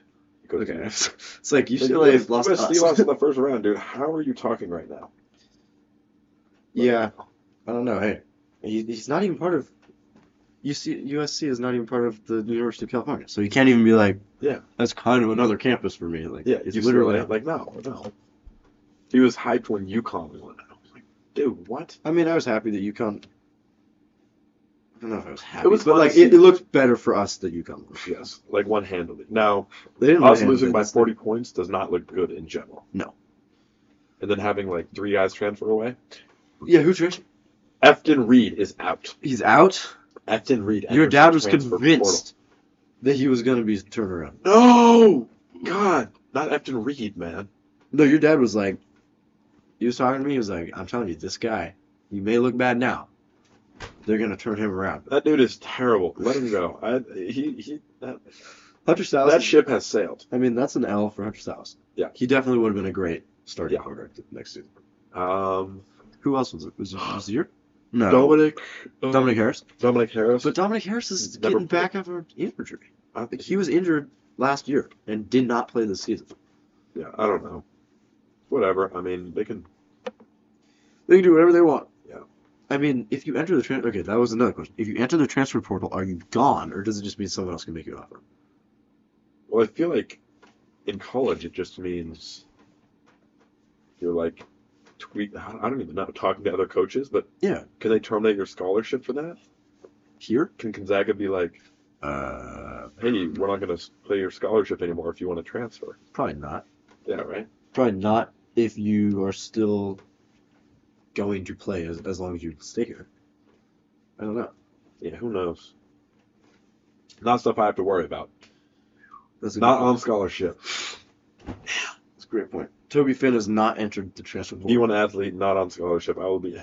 [SPEAKER 1] Go to
[SPEAKER 2] Okay.
[SPEAKER 1] USC.
[SPEAKER 2] It's like UCLA has lost
[SPEAKER 1] USC
[SPEAKER 2] us.
[SPEAKER 1] lost in the first round, dude. How are you talking right now?
[SPEAKER 2] yeah, I don't know. Hey, he, he's not even part of. UC, USC is not even part of the University of California, so you can't even be like,
[SPEAKER 1] Yeah.
[SPEAKER 2] that's kind of another campus for me. Like,
[SPEAKER 1] Yeah,
[SPEAKER 2] it's
[SPEAKER 1] UCLA.
[SPEAKER 2] literally.
[SPEAKER 1] like no, no. He was hyped when UConn won. I was like, dude, what?
[SPEAKER 2] I mean, I was happy that UConn. I don't know if I was happy,
[SPEAKER 1] It was
[SPEAKER 2] but
[SPEAKER 1] fun
[SPEAKER 2] like
[SPEAKER 1] to see.
[SPEAKER 2] it, it looked better for us that UConn. won.
[SPEAKER 1] Yes, like one handedly. Now,
[SPEAKER 2] They didn't
[SPEAKER 1] us
[SPEAKER 2] win,
[SPEAKER 1] losing
[SPEAKER 2] but
[SPEAKER 1] by 40 points does not look good in general.
[SPEAKER 2] No.
[SPEAKER 1] And then having like three guys transfer away.
[SPEAKER 2] Yeah, who transferred?
[SPEAKER 1] Efton Reed is out.
[SPEAKER 2] He's out.
[SPEAKER 1] Efton Reed.
[SPEAKER 2] Your
[SPEAKER 1] enters
[SPEAKER 2] dad
[SPEAKER 1] the
[SPEAKER 2] was
[SPEAKER 1] transfer
[SPEAKER 2] convinced that he was gonna be turned around.
[SPEAKER 1] portal. No! God, not Efton Reed, man.
[SPEAKER 2] No, your dad was like, he was talking to me. He was like, I'm telling you, this guy, he may look bad now. They're gonna turn him around.
[SPEAKER 1] That dude is terrible. Let him go. I, he, he, that,
[SPEAKER 2] Hunter Styles.
[SPEAKER 1] that ship has sailed.
[SPEAKER 2] I mean, that's an L for Hunter Styles.
[SPEAKER 1] Yeah.
[SPEAKER 2] He definitely would have been a great starting
[SPEAKER 1] Yeah.
[SPEAKER 2] quarterback th- next season.
[SPEAKER 1] Um,
[SPEAKER 2] Who else was it? Was it, was it your? No.
[SPEAKER 1] Dominic
[SPEAKER 2] Dominic Harris.
[SPEAKER 1] Dominic Harris.
[SPEAKER 2] But Dominic Harris is
[SPEAKER 1] Never
[SPEAKER 2] getting back after injury.
[SPEAKER 1] I think
[SPEAKER 2] He was injured last year and did not play this season.
[SPEAKER 1] yeah, I don't know. Whatever. I mean, they can.
[SPEAKER 2] They can do whatever they want.
[SPEAKER 1] Yeah.
[SPEAKER 2] I mean, if you enter the transfer, okay, that was another question. If you enter the transfer portal, are you gone, or does it just mean someone else can make you an offer?
[SPEAKER 1] Well, I feel like in college it just means you're like tweet. I don't even know talking to other coaches, but
[SPEAKER 2] Yeah.
[SPEAKER 1] can they terminate your scholarship for that?
[SPEAKER 2] Here?
[SPEAKER 1] Can Gonzaga be like,
[SPEAKER 2] Uh,
[SPEAKER 1] hey, we're not going to play your scholarship anymore if you want to transfer?
[SPEAKER 2] probably not.
[SPEAKER 1] Yeah, right.
[SPEAKER 2] Probably not if you are still going to play as, as long as you stay here. I don't know.
[SPEAKER 1] Yeah, who knows? Not stuff I have to worry about.
[SPEAKER 2] That's a
[SPEAKER 1] Not
[SPEAKER 2] good-
[SPEAKER 1] on scholarship.
[SPEAKER 2] that's a great point. Toby Finn has not entered the transfer portal.
[SPEAKER 1] You want an athlete not on scholarship? I will be.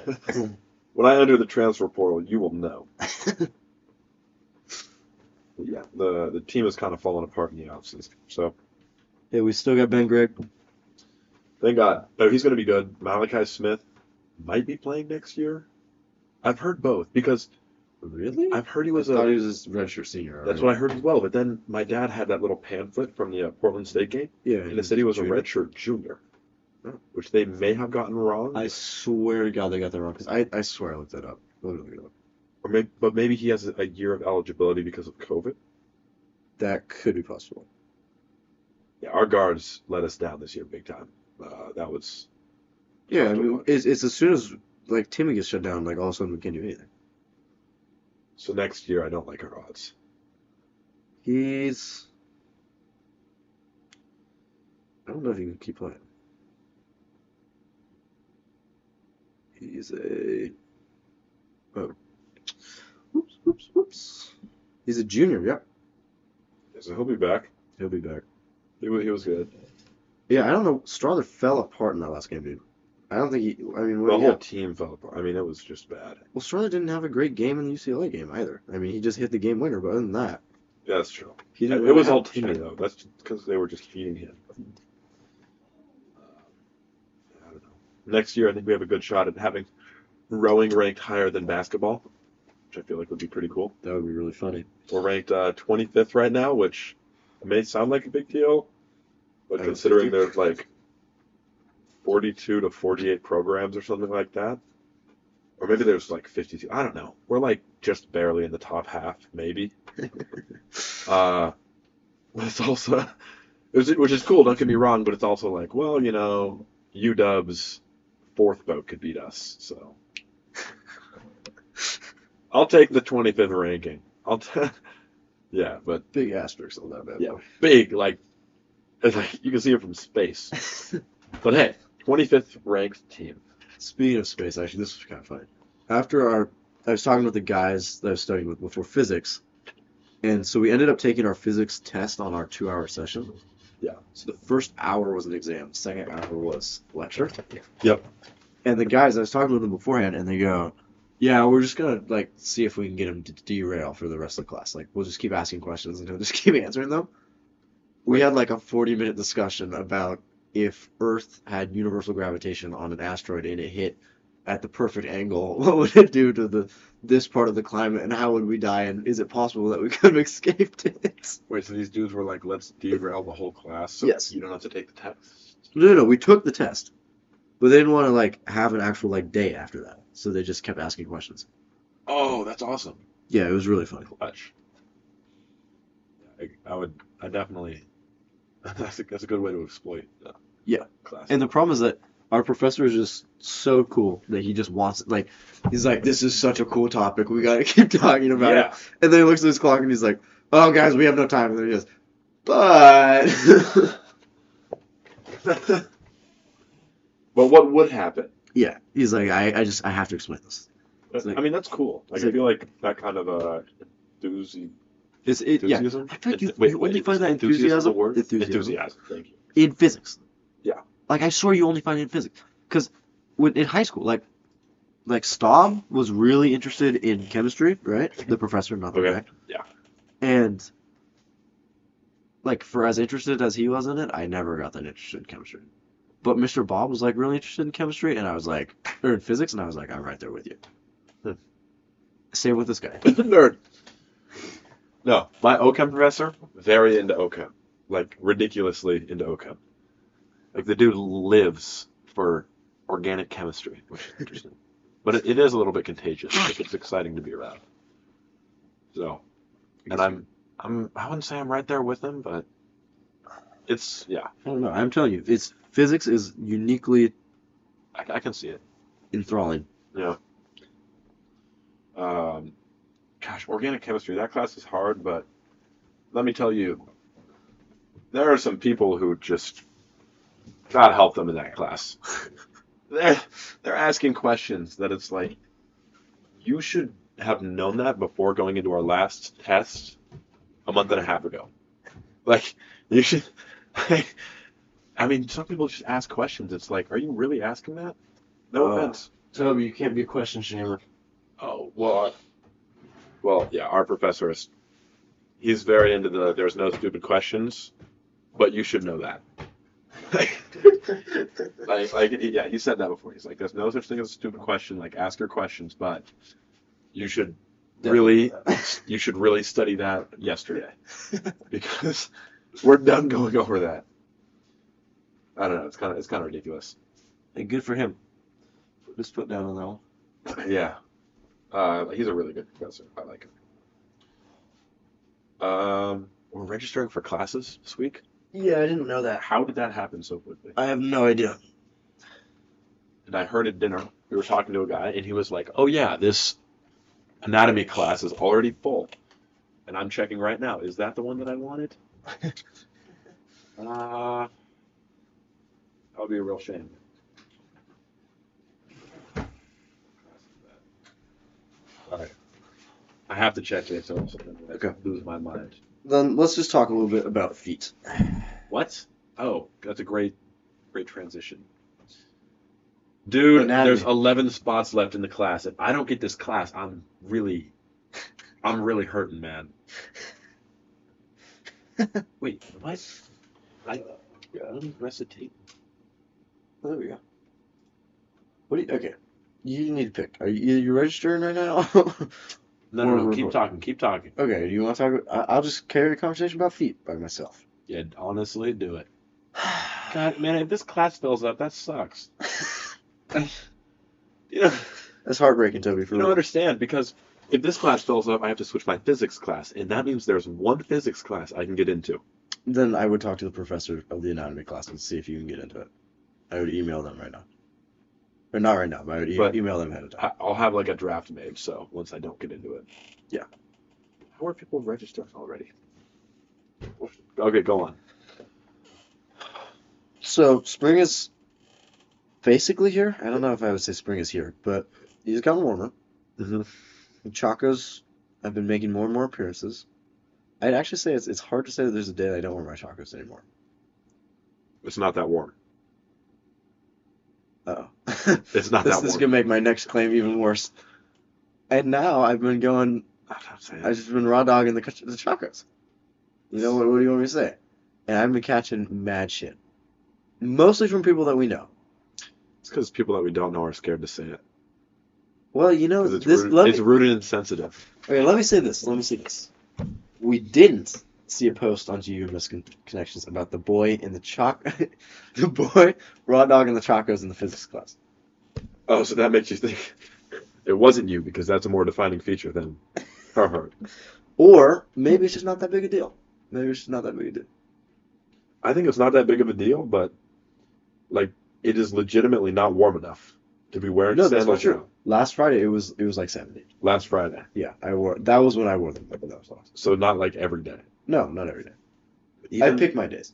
[SPEAKER 1] when I enter the transfer portal, you will know. Yeah, the the team has kind of fallen apart in the offseason. So
[SPEAKER 2] yeah, we still got Ben Gregg.
[SPEAKER 1] Thank God. No, he's going to be good. Malachi Smith might be playing next year. I've heard both because
[SPEAKER 2] Really? I
[SPEAKER 1] I've heard he was
[SPEAKER 2] thought
[SPEAKER 1] a.
[SPEAKER 2] he was a redshirt senior.
[SPEAKER 1] That's what I heard as well. But then my dad had that little pamphlet from the uh, Portland State game,
[SPEAKER 2] Yeah.
[SPEAKER 1] and it said he was
[SPEAKER 2] junior.
[SPEAKER 1] a redshirt junior,
[SPEAKER 2] Oh.
[SPEAKER 1] which they may have gotten wrong.
[SPEAKER 2] I swear to God, they got that wrong. Cause I, I swear I looked that up. Literally,
[SPEAKER 1] or maybe, but maybe he has a year of eligibility because of COVID.
[SPEAKER 2] that could be possible.
[SPEAKER 1] Yeah, our guards let us down this year big time. Uh, that was
[SPEAKER 2] Yeah, I
[SPEAKER 1] After
[SPEAKER 2] mean,
[SPEAKER 1] what?
[SPEAKER 2] it's, it's as soon as like Timmy gets shut down, like all of a sudden we can't do anything.
[SPEAKER 1] so. Next year, I don't like our odds.
[SPEAKER 2] He's, I don't know if he can keep playing. He's a oh, oops, oops, oops. He's a junior. Yep,
[SPEAKER 1] So he'll be back.
[SPEAKER 2] he'll be back.
[SPEAKER 1] He, wa- he was good.
[SPEAKER 2] Yeah, I don't know. Strother fell apart in that last game, dude. I don't think he. I mean,
[SPEAKER 1] The
[SPEAKER 2] what did he
[SPEAKER 1] whole
[SPEAKER 2] have?
[SPEAKER 1] team fell apart. I mean, it was just bad.
[SPEAKER 2] well, Strother didn't have a great game in the UCLA game either. I mean, he just hit the game winner, but other than that,
[SPEAKER 1] Yeah, that's true.
[SPEAKER 2] he
[SPEAKER 1] It,
[SPEAKER 2] didn't.
[SPEAKER 1] it was all
[SPEAKER 2] team.
[SPEAKER 1] teaming though. That's because they were just feeding him.
[SPEAKER 2] Uh,
[SPEAKER 1] Um, I don't know. Next year, I think we have a good shot at having rowing ranked higher than basketball, which I feel like would be pretty cool.
[SPEAKER 2] That would be really funny.
[SPEAKER 1] We're ranked uh, 25th right now, which may sound like a big deal, but
[SPEAKER 2] I don't
[SPEAKER 1] considering
[SPEAKER 2] think-
[SPEAKER 1] there's like 42 to 48 programs or something like that, or maybe there's like 52. I don't know. We're like just barely in the top half, maybe. Uh, but it's also, it was- which is cool. Don't get me wrong, but it's also like, well, you know, UW's fourth boat could beat us, so I'll take the 25th ranking. I'll, t- yeah, but
[SPEAKER 2] Big asterisk on that bad
[SPEAKER 1] Yeah. big, like, it's like you can see it from space.
[SPEAKER 2] boy.
[SPEAKER 1] But hey, 25th ranked team.
[SPEAKER 2] Speaking of space, actually, this was kind of funny. After our, I was talking with the guys that I was studying with before physics, and so we ended up taking our physics test on our two-hour session.
[SPEAKER 1] Yeah.
[SPEAKER 2] So the first hour was an exam, the second hour was lecture.
[SPEAKER 1] Yep.
[SPEAKER 2] And the guys, I was talking with them beforehand, and they go, "Yeah, we're just gonna like see if we can get him to derail for the rest of the class. Like, we'll just keep asking questions and he'll just keep answering them." We had like a forty-minute discussion about if Earth had universal gravitation on an asteroid and it hit at the perfect angle, what would it do to the this part of the climate, and how would we die, and is it possible that we could have escaped it?
[SPEAKER 1] Wait, so these dudes were like, let's derail the whole class so
[SPEAKER 2] Yes.
[SPEAKER 1] you don't have to take the test.
[SPEAKER 2] No, no, no, we took the test, but they didn't want to like have an actual like day after that, so they just kept asking questions.
[SPEAKER 1] Oh, that's awesome.
[SPEAKER 2] Yeah, it was really funny.
[SPEAKER 1] Clutch. I, I would, I definitely, that's a, that's a good way to exploit uh,
[SPEAKER 2] Yeah.
[SPEAKER 1] class.
[SPEAKER 2] And the problem is that our professor is just so cool that he just wants like he's like this is such a cool topic we gotta keep talking about it.
[SPEAKER 1] yeah.
[SPEAKER 2] And then he looks at his clock and he's like, "Oh guys, we have no time." And then he goes, "But
[SPEAKER 1] but what would happen?
[SPEAKER 2] yeah," he's like, "I, I just I have to explain this." It's like-
[SPEAKER 1] I mean, that's cool. Like,
[SPEAKER 2] it's
[SPEAKER 1] I
[SPEAKER 2] like-
[SPEAKER 1] feel like that kind of uh, enthusi-
[SPEAKER 2] It's it yeah.
[SPEAKER 1] enthusiasm.
[SPEAKER 2] I feel like you-
[SPEAKER 1] Wait,
[SPEAKER 2] you only
[SPEAKER 1] wait,
[SPEAKER 2] find
[SPEAKER 1] is
[SPEAKER 2] that
[SPEAKER 1] the
[SPEAKER 2] enthusiasm-
[SPEAKER 1] word?
[SPEAKER 2] enthusiasm.
[SPEAKER 1] Enthusiasm. Thank you.
[SPEAKER 2] in physics.
[SPEAKER 1] Yeah.
[SPEAKER 2] Like I swear you only find it in physics because when in high school like. Like Staub was really interested in chemistry, right? The professor, not the
[SPEAKER 1] Mm-hmm. Okay.
[SPEAKER 2] guy.
[SPEAKER 1] Yeah.
[SPEAKER 2] And like for as interested as he was in it, I never got that interested in chemistry. But Mr. Bob was like really interested in chemistry, and I was like, or in physics, and I was like, I'm right there with you.
[SPEAKER 1] Hmm.
[SPEAKER 2] Same with this guy.
[SPEAKER 1] nerd. No, my OChem professor, very into OChem. Like, ridiculously into OChem. Like, the dude lives for organic chemistry, which is interesting. but it, it is a little bit contagious. Like, it's exciting to be around. So, and I'm, I'm, I wouldn't say I'm right there with him, but it's, yeah,
[SPEAKER 2] I don't know. I'm telling you, it's physics is uniquely
[SPEAKER 1] I, I can see it.
[SPEAKER 2] enthralling.
[SPEAKER 1] um, gosh, organic chemistry, that class is hard, but let me tell you, there are some people who just, God help them in that class. they're, they're asking questions that it's like, you should have known that before going into our last test a month and a half ago. Like, you should, I mean, some people just ask questions. It's like, are you really asking that? No
[SPEAKER 2] Uh,
[SPEAKER 1] offense.
[SPEAKER 2] Toby, you can't be a question shamer.
[SPEAKER 1] Oh well, I- well yeah. Our professor is he's very into the there's no stupid questions, but you should know that. like like yeah, he said that before. He's like, there's no such thing as a stupid question. Like ask your questions, but you should really you should really study that yesterday because we're done going over that. I don't know. It's kind of it's kind of ridiculous.
[SPEAKER 2] Hey, good for him. Put his foot down on that one.
[SPEAKER 1] Yeah. Uh, he's a really good professor. I like him. Um, we're registering for classes this week.
[SPEAKER 2] Yeah, I didn't know that.
[SPEAKER 1] How did that happen so quickly?
[SPEAKER 2] I have no idea.
[SPEAKER 1] And I heard at dinner, we were talking to a guy, and he was like, Oh, yeah, this anatomy class is already full. And I'm checking right now. Is that the one that I wanted? Uh, that would be a real shame. I have to check this or else I'm gonna
[SPEAKER 2] Okay.
[SPEAKER 1] lose my mind.
[SPEAKER 2] Then let's just talk a little bit about feet.
[SPEAKER 1] What? Oh, that's a great, great transition. Dude,
[SPEAKER 2] Anatomy.
[SPEAKER 1] there's 11 spots left in the class. If I don't get this class, I'm really, I'm really hurting, man. Wait, what? I, let me press the tape.
[SPEAKER 2] There we go. What do you, okay. You need to pick. Are you, you registering right now?
[SPEAKER 1] No, no, no.
[SPEAKER 2] Whoa,
[SPEAKER 1] Keep
[SPEAKER 2] whoa.
[SPEAKER 1] talking. Keep talking.
[SPEAKER 2] Okay, do you want to talk? About, I- I'll just carry the conversation about feet by myself.
[SPEAKER 1] Yeah, honestly, do it. God, man, if this class fills up, that sucks. You know,
[SPEAKER 2] That's heartbreaking, Toby. For
[SPEAKER 1] you don't
[SPEAKER 2] real.
[SPEAKER 1] understand because if this class fills up, I have to switch my physics class, and that means there's one physics class I can get into.
[SPEAKER 2] Then I would talk to the professor of the anatomy class and see if you can get into it. I would email them right now. Or not right now, but I would e-
[SPEAKER 1] But-
[SPEAKER 2] email them ahead of time.
[SPEAKER 1] I- I'll have like a draft made, so once I don't get into it.
[SPEAKER 2] Yeah.
[SPEAKER 1] How are people registered already? Okay, go on.
[SPEAKER 2] So spring is basically here. I don't know if I would say spring is here, but it's gotten warmer.
[SPEAKER 1] Mm-hmm.
[SPEAKER 2] The Chacos have been making more and more appearances. I'd actually say it's, it's hard to say that there's a day that I don't wear my Chacos anymore.
[SPEAKER 1] It's not that warm.
[SPEAKER 2] Uh oh.
[SPEAKER 1] It's not
[SPEAKER 2] this,
[SPEAKER 1] that
[SPEAKER 2] this is
[SPEAKER 1] warm.
[SPEAKER 2] gonna make my next claim even worse. And now I've been going.
[SPEAKER 1] I'm not saying-
[SPEAKER 2] I've just been raw dogging the ch- the chakras. You know what? What do you want me to say? And I've been catching mad shit, mostly from people that we know.
[SPEAKER 1] It's because people that we don't know are scared to say it.
[SPEAKER 2] Well, you know
[SPEAKER 1] 'Cause it's,
[SPEAKER 2] this.
[SPEAKER 1] rude,
[SPEAKER 2] Let
[SPEAKER 1] it's
[SPEAKER 2] me,
[SPEAKER 1] rude and insensitive.
[SPEAKER 2] okay, let me say this. Let me say this. We didn't see a post on GU Misconnections about the boy in the chalk, the boy raw dogging the chakras in the physics class.
[SPEAKER 1] Oh, so that makes you think it wasn't you because that's a more defining feature than her. her.
[SPEAKER 2] Or maybe it's just not that big a deal. Maybe it's just not that big a deal.
[SPEAKER 1] I think it's not that big of a deal, but like it is legitimately not warm enough to be wearing
[SPEAKER 2] No, that's not
[SPEAKER 1] sandals
[SPEAKER 2] true. Last Friday it was it was like seventy.
[SPEAKER 1] last Friday.
[SPEAKER 2] Yeah, I wore. That was when I wore them. Like, when that was last.
[SPEAKER 1] So not like every day.
[SPEAKER 2] No, not every day. I
[SPEAKER 1] Even-
[SPEAKER 2] pick my days.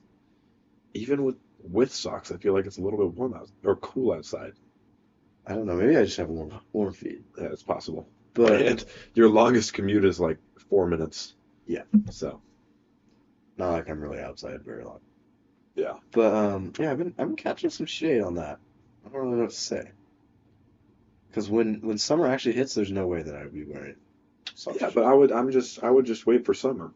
[SPEAKER 1] even with with socks, I feel like it's a little bit warm out or cool outside.
[SPEAKER 2] I don't know. Maybe I just have warm, warm feet.
[SPEAKER 1] Yeah, it's possible.
[SPEAKER 2] But
[SPEAKER 1] and your longest commute is like four minutes.
[SPEAKER 2] Yeah.
[SPEAKER 1] So
[SPEAKER 2] not like I'm really outside very long.
[SPEAKER 1] Yeah.
[SPEAKER 2] But um, yeah, I've been I've been catching some shade on that. I don't really know what to say. Because when when summer actually hits, there's no way that I would be wearing socks.
[SPEAKER 1] yeah, but I would I'm just I would just wait for summer.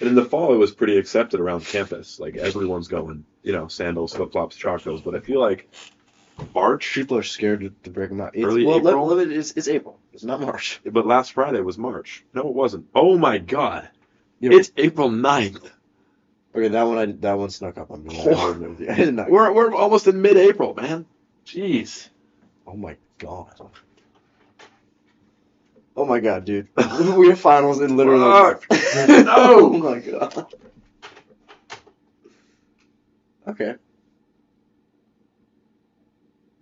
[SPEAKER 1] And in the fall, it was pretty accepted around campus. Like everyone's going, you know, sandals, flip flops, chacos. But I feel like March.
[SPEAKER 2] people are scared to, to break them out. It's,
[SPEAKER 1] Early
[SPEAKER 2] well, let-
[SPEAKER 1] April?
[SPEAKER 2] let me- it's, it's April. It's not March.
[SPEAKER 1] But last Friday was March. No, it wasn't. Oh my God!
[SPEAKER 2] Yeah,
[SPEAKER 1] It's April 9th.
[SPEAKER 2] okay, that one I that one snuck up on me. I
[SPEAKER 1] Oh.
[SPEAKER 2] didn't know the- I did not.
[SPEAKER 1] We're we're almost in mid-April, man. Jeez.
[SPEAKER 2] Oh my god. Oh my god, dude. we have finals in literally.
[SPEAKER 1] Fuck.
[SPEAKER 2] oh my god. Okay.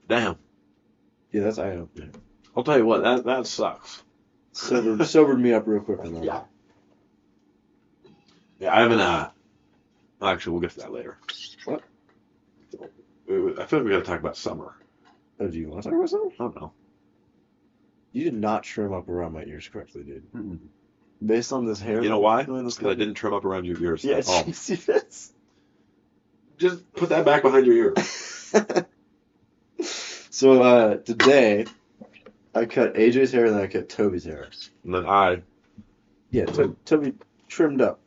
[SPEAKER 1] Damn.
[SPEAKER 2] Yeah, that's eye opening.
[SPEAKER 1] I'll tell you what. That that sucks.
[SPEAKER 2] Sobered, sobered me up real quick on that.
[SPEAKER 1] Yeah. Yeah, I haven't. Uh, actually, we'll get to that later.
[SPEAKER 2] What?
[SPEAKER 1] We- I feel like we got to talk about summer.
[SPEAKER 2] Oh, do you want to talk about something?
[SPEAKER 1] I don't know.
[SPEAKER 2] You did not trim up around my ears correctly, dude. Based on this hair.
[SPEAKER 1] You know why?
[SPEAKER 2] Really looks
[SPEAKER 1] Because I didn't trim up around your ears
[SPEAKER 2] Yeah,
[SPEAKER 1] at all.
[SPEAKER 2] you see this?
[SPEAKER 1] Just put that back behind your ear.
[SPEAKER 2] so uh, today, I cut AJ's hair and then I cut Toby's hair.
[SPEAKER 1] And then I.
[SPEAKER 2] Yeah, To- Toby trimmed up.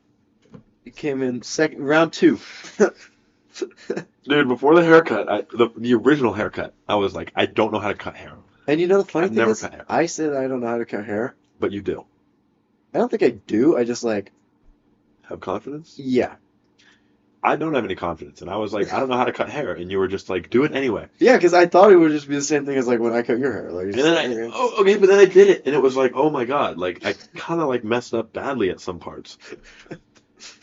[SPEAKER 2] He came in second round two.
[SPEAKER 1] Dude, before the haircut, I, the, the original haircut, I was like, I don't know how to cut hair.
[SPEAKER 2] and you know the funny
[SPEAKER 1] I've
[SPEAKER 2] thing
[SPEAKER 1] never
[SPEAKER 2] is,
[SPEAKER 1] cut hair.
[SPEAKER 2] I say that I don't know how to cut hair.
[SPEAKER 1] But you do.
[SPEAKER 2] I don't think I do. I just like
[SPEAKER 1] Have confidence?
[SPEAKER 2] yeah,
[SPEAKER 1] I don't have any confidence. And I was like, I don't know how to cut hair. And you were just like, do it anyway.
[SPEAKER 2] yeah, because I thought it would just be the same thing as like when I cut your hair. Like,
[SPEAKER 1] And then I, oh, okay, but then I did it, and it was like, oh my god, like I kind of like messed up badly at some parts.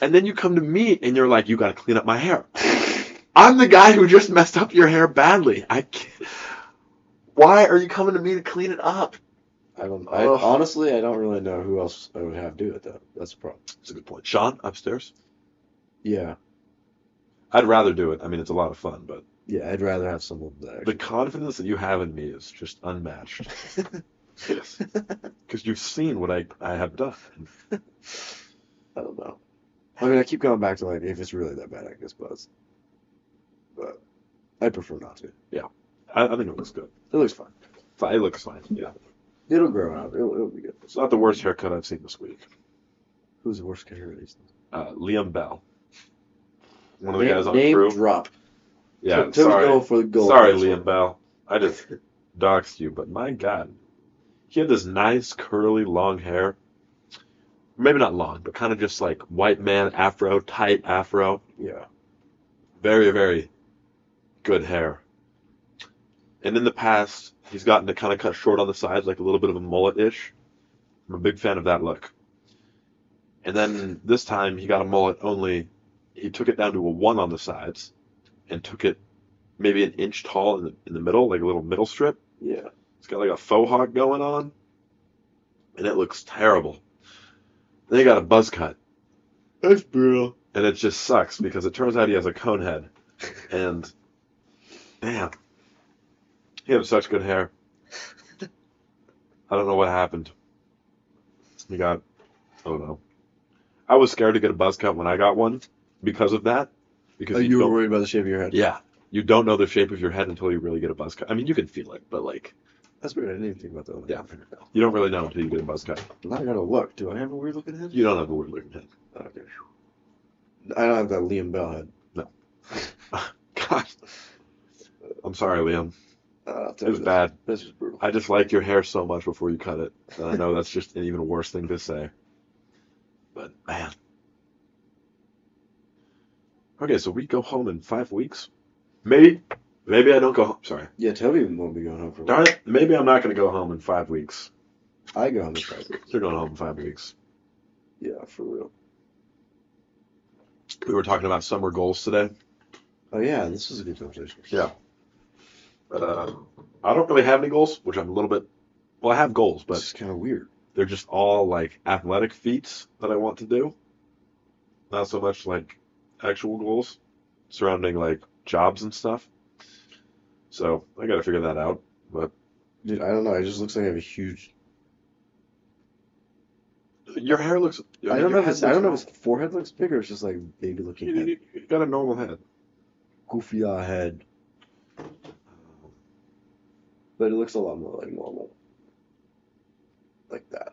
[SPEAKER 1] And then you come to me, and you're like, you gotta clean up my hair. I'm the guy who just messed up your hair badly. I can't. Why are you coming to me to clean it up?
[SPEAKER 2] I don't. I,
[SPEAKER 1] Ugh.
[SPEAKER 2] honestly, I don't really know who else I would have do it though. That's the problem.
[SPEAKER 1] That's a good point. Sean, upstairs.
[SPEAKER 2] Yeah,
[SPEAKER 1] I'd rather do it. I mean, it's a lot of fun, but
[SPEAKER 2] yeah. I'd rather have someone that.
[SPEAKER 1] the confidence that you have in me is just unmatched. Yes. Because you've seen what I, I have done.
[SPEAKER 2] I don't know. I mean, I keep going back to like if it's really that bad, I guess buzz. But I prefer not to. It
[SPEAKER 1] I, I think it looks good.
[SPEAKER 2] looks fine.
[SPEAKER 1] Fi- It looks fine. Yeah.
[SPEAKER 2] It'll grow out. It'll, it'll be good.
[SPEAKER 1] It's not the worst haircut I've seen this week.
[SPEAKER 2] Who's the worst character? these days?
[SPEAKER 1] Uh, Liam Bell. One of the
[SPEAKER 2] Name-
[SPEAKER 1] guys on
[SPEAKER 2] name
[SPEAKER 1] crew.
[SPEAKER 2] drop.
[SPEAKER 1] yeah.
[SPEAKER 2] Tim- Tim's
[SPEAKER 1] sorry.
[SPEAKER 2] going for the gold.
[SPEAKER 1] Sorry,
[SPEAKER 2] That's
[SPEAKER 1] Liam Bell. I just doxed you, but my God, he had this nice curly long hair. Maybe not long, but kind of just like white man afro, tight afro.
[SPEAKER 2] what- Yeah.
[SPEAKER 1] Very, very good hair. And in the past, he's gotten to kind of cut short on the sides, like a little bit of a mullet ish. I'm a big fan of that look. And then this time, he got a mullet only, he took it down to a one on the sides and took it maybe an inch tall in the, in the middle, like a little middle strip.
[SPEAKER 2] Yeah.
[SPEAKER 1] It's got like a faux hawk going on, and it looks terrible. Then he got a buzz cut,
[SPEAKER 2] That's brutal.
[SPEAKER 1] and it just sucks because it turns out he has a cone head, and damn, he had such good hair. I don't know what happened. He got, I don't know. I was scared to get a buzz cut when I got one because of that. Because
[SPEAKER 2] Oh,
[SPEAKER 1] you
[SPEAKER 2] you were
[SPEAKER 1] don't-
[SPEAKER 2] worried about the shape of your head.
[SPEAKER 1] yeah, you don't know the shape of your head until you really get a buzz cut. I mean, you can feel it, but like
[SPEAKER 2] That's weird. I didn't even think about that. One.
[SPEAKER 1] Yeah. you don't really know until you get a buzz cut.
[SPEAKER 2] Now I gotta look. Do I have a weird looking head?
[SPEAKER 1] You don't have a weird looking head.
[SPEAKER 2] Okay. I don't have that Liam Bell head.
[SPEAKER 1] God. I'm sorry, Liam.
[SPEAKER 2] Uh,
[SPEAKER 1] It was bad.
[SPEAKER 2] This was brutal.
[SPEAKER 1] I just like your hair so much before you cut it. And I know that's just an even worse thing to say. But man. Okay, so we go home in five weeks. Maybe maybe I don't go home sorry.
[SPEAKER 2] Yeah, Toby won't be going home for a while.
[SPEAKER 1] Darn it, maybe I'm not gonna go home in five weeks.
[SPEAKER 2] I go home in five weeks.
[SPEAKER 1] You're going home in five weeks.
[SPEAKER 2] Yeah, for real.
[SPEAKER 1] We were talking about summer goals today.
[SPEAKER 2] Oh yeah, this was a good conversation.
[SPEAKER 1] Yeah. But uh, I don't really have any goals, which I'm a little bit well, I have goals, but
[SPEAKER 2] This is kind of weird.
[SPEAKER 1] they're just all like athletic feats that I want to do. Not so much like actual goals surrounding like jobs and stuff. So I gotta figure that out.
[SPEAKER 2] Dude, I don't know. It just looks like I have a huge.
[SPEAKER 1] Your hair looks.
[SPEAKER 2] I don't know if it's. I don't know if it's forehead looks big or it's just like big looking head.
[SPEAKER 1] You, you got a normal head.
[SPEAKER 2] Goofy eye head, but it looks a lot more like normal. Like that.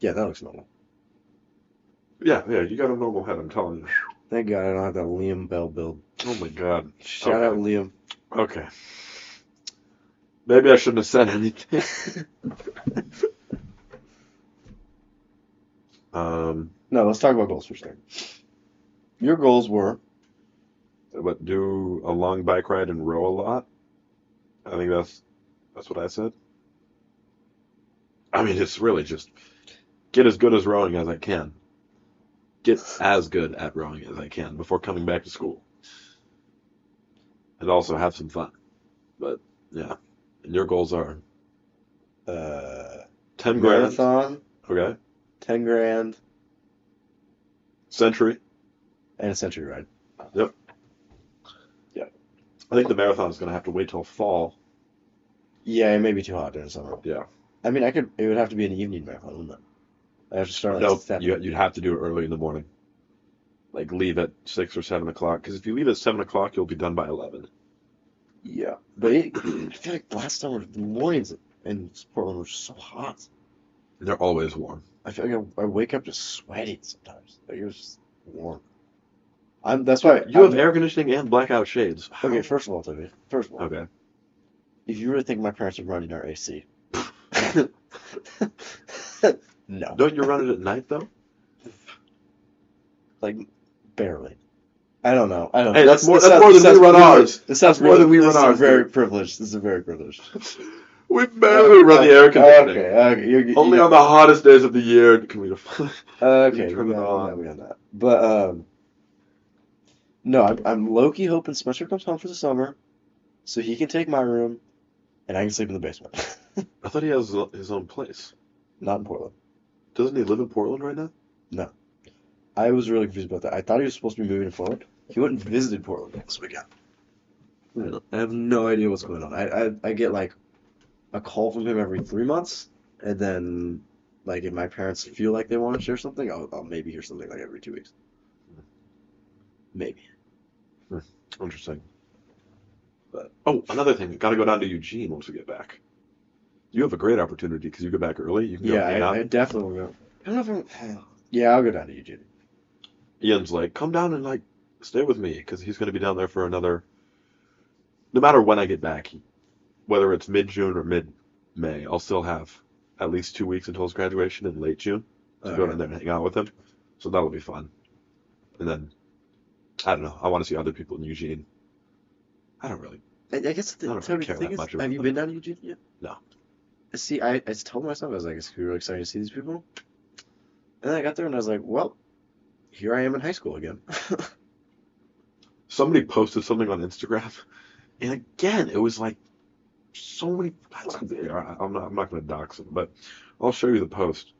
[SPEAKER 2] Yeah, that looks normal.
[SPEAKER 1] Yeah, yeah, you got a normal head. I'm telling you.
[SPEAKER 2] Thank God I don't have that Liam Bell build.
[SPEAKER 1] Oh my god.
[SPEAKER 2] Shout out Liam.
[SPEAKER 1] Okay. Maybe I shouldn't have said anything. Um,
[SPEAKER 2] No, let's talk about goals for a second. Your goals were
[SPEAKER 1] but do a long bike ride and row a lot. I think that's that's what I said. I mean, it's really just get as good as rowing as I can. Get as good at rowing as I can before coming back to school. And also have some fun. But yeah. And your goals are
[SPEAKER 2] uh,
[SPEAKER 1] 10 grand.
[SPEAKER 2] marathon,
[SPEAKER 1] Okay.
[SPEAKER 2] ten grand,
[SPEAKER 1] Century.
[SPEAKER 2] and a century ride.
[SPEAKER 1] I think the marathon is going to have to wait till fall.
[SPEAKER 2] Yeah, it may be too hot during the summer.
[SPEAKER 1] Yeah.
[SPEAKER 2] I mean, I could. It would have to be an evening marathon, wouldn't it? I have to start like
[SPEAKER 1] No,
[SPEAKER 2] seven.
[SPEAKER 1] you, you'd have to do it early in the morning. Like leave at six or seven o'clock. Because if you leave at seven o'clock, you'll be done by eleven.
[SPEAKER 2] Yeah, but it, I feel like last summer the mornings in Portland were so hot.
[SPEAKER 1] They're always warm.
[SPEAKER 2] I feel like I, I wake up just sweating sometimes. Like it was just warm. I'm. That's why
[SPEAKER 1] You have
[SPEAKER 2] I'm-
[SPEAKER 1] air conditioning and blackout shades.
[SPEAKER 2] Okay, first of all, Toby. First of all,
[SPEAKER 1] Okay.
[SPEAKER 2] if you really think my parents are running our AC, no,
[SPEAKER 1] Don't you run it at night though?
[SPEAKER 2] like barely. I don't know. I don't.
[SPEAKER 1] Hey,
[SPEAKER 2] know.
[SPEAKER 1] that's more-
[SPEAKER 2] This
[SPEAKER 1] that's
[SPEAKER 2] sounds-
[SPEAKER 1] more
[SPEAKER 2] this
[SPEAKER 1] than we
[SPEAKER 2] sounds
[SPEAKER 1] run
[SPEAKER 2] privileged.
[SPEAKER 1] ours.
[SPEAKER 2] This sounds
[SPEAKER 1] More than we
[SPEAKER 2] privileged.
[SPEAKER 1] run
[SPEAKER 2] This is
[SPEAKER 1] ours,
[SPEAKER 2] Very
[SPEAKER 1] dude.
[SPEAKER 2] privileged. This is very privileged.
[SPEAKER 1] we barely run the air conditioning.
[SPEAKER 2] Okay, okay. You, you,
[SPEAKER 1] Only
[SPEAKER 2] you,
[SPEAKER 1] on the hottest days of the year can we.
[SPEAKER 2] Uh, Okay,
[SPEAKER 1] you turn
[SPEAKER 2] we
[SPEAKER 1] it
[SPEAKER 2] got,
[SPEAKER 1] on.
[SPEAKER 2] We got, we got that. But um, no, I'm, I'm low key hoping Spencer comes home for the summer, so he can take my room, and I can sleep in the basement.
[SPEAKER 1] I thought he has his own place.
[SPEAKER 2] Not in Portland.
[SPEAKER 1] Doesn't he live in Portland right now?
[SPEAKER 2] I was really confused about that. I thought he was supposed to be moving to Portland. He went and visited Portland this weekend. I have no idea what's going on. I I, I get like a call from him every three months, and then like if my parents feel like they want to share something, I'll, I'll maybe hear something like every two weeks. Maybe.
[SPEAKER 1] Interesting.
[SPEAKER 2] But-
[SPEAKER 1] oh, another thing, got to go down to Eugene once we get back. You have a great opportunity because you go back early. You can go
[SPEAKER 2] Yeah,
[SPEAKER 1] hang out.
[SPEAKER 2] I, I definitely will. go. I don't know if I'm. Yeah, I'll go down to Eugene.
[SPEAKER 1] Ian's like, come down and like stay with me because he's going to be down there for another. No matter when I get back, he- whether it's mid June or mid May, I'll still have at least two weeks until his graduation in late June to go
[SPEAKER 2] Okay.
[SPEAKER 1] down there and hang out with him. So that'll be fun. And then, I don't know. I want to see other people in Eugene. I don't really.
[SPEAKER 2] I, I guess the,
[SPEAKER 1] I don't
[SPEAKER 2] Toby,
[SPEAKER 1] care
[SPEAKER 2] the thing
[SPEAKER 1] that
[SPEAKER 2] is,
[SPEAKER 1] much about
[SPEAKER 2] have you
[SPEAKER 1] them.
[SPEAKER 2] been down to Eugene yet?
[SPEAKER 1] No.
[SPEAKER 2] See, I, I just told myself I was like, it's gonna be really exciting to see these people. And then I got there and I was like, well, here I am in high school again.
[SPEAKER 1] Somebody posted something on Instagram, and again, it was like so many. I don't- I'm not. I'm not going to dox them, but I'll show you the post.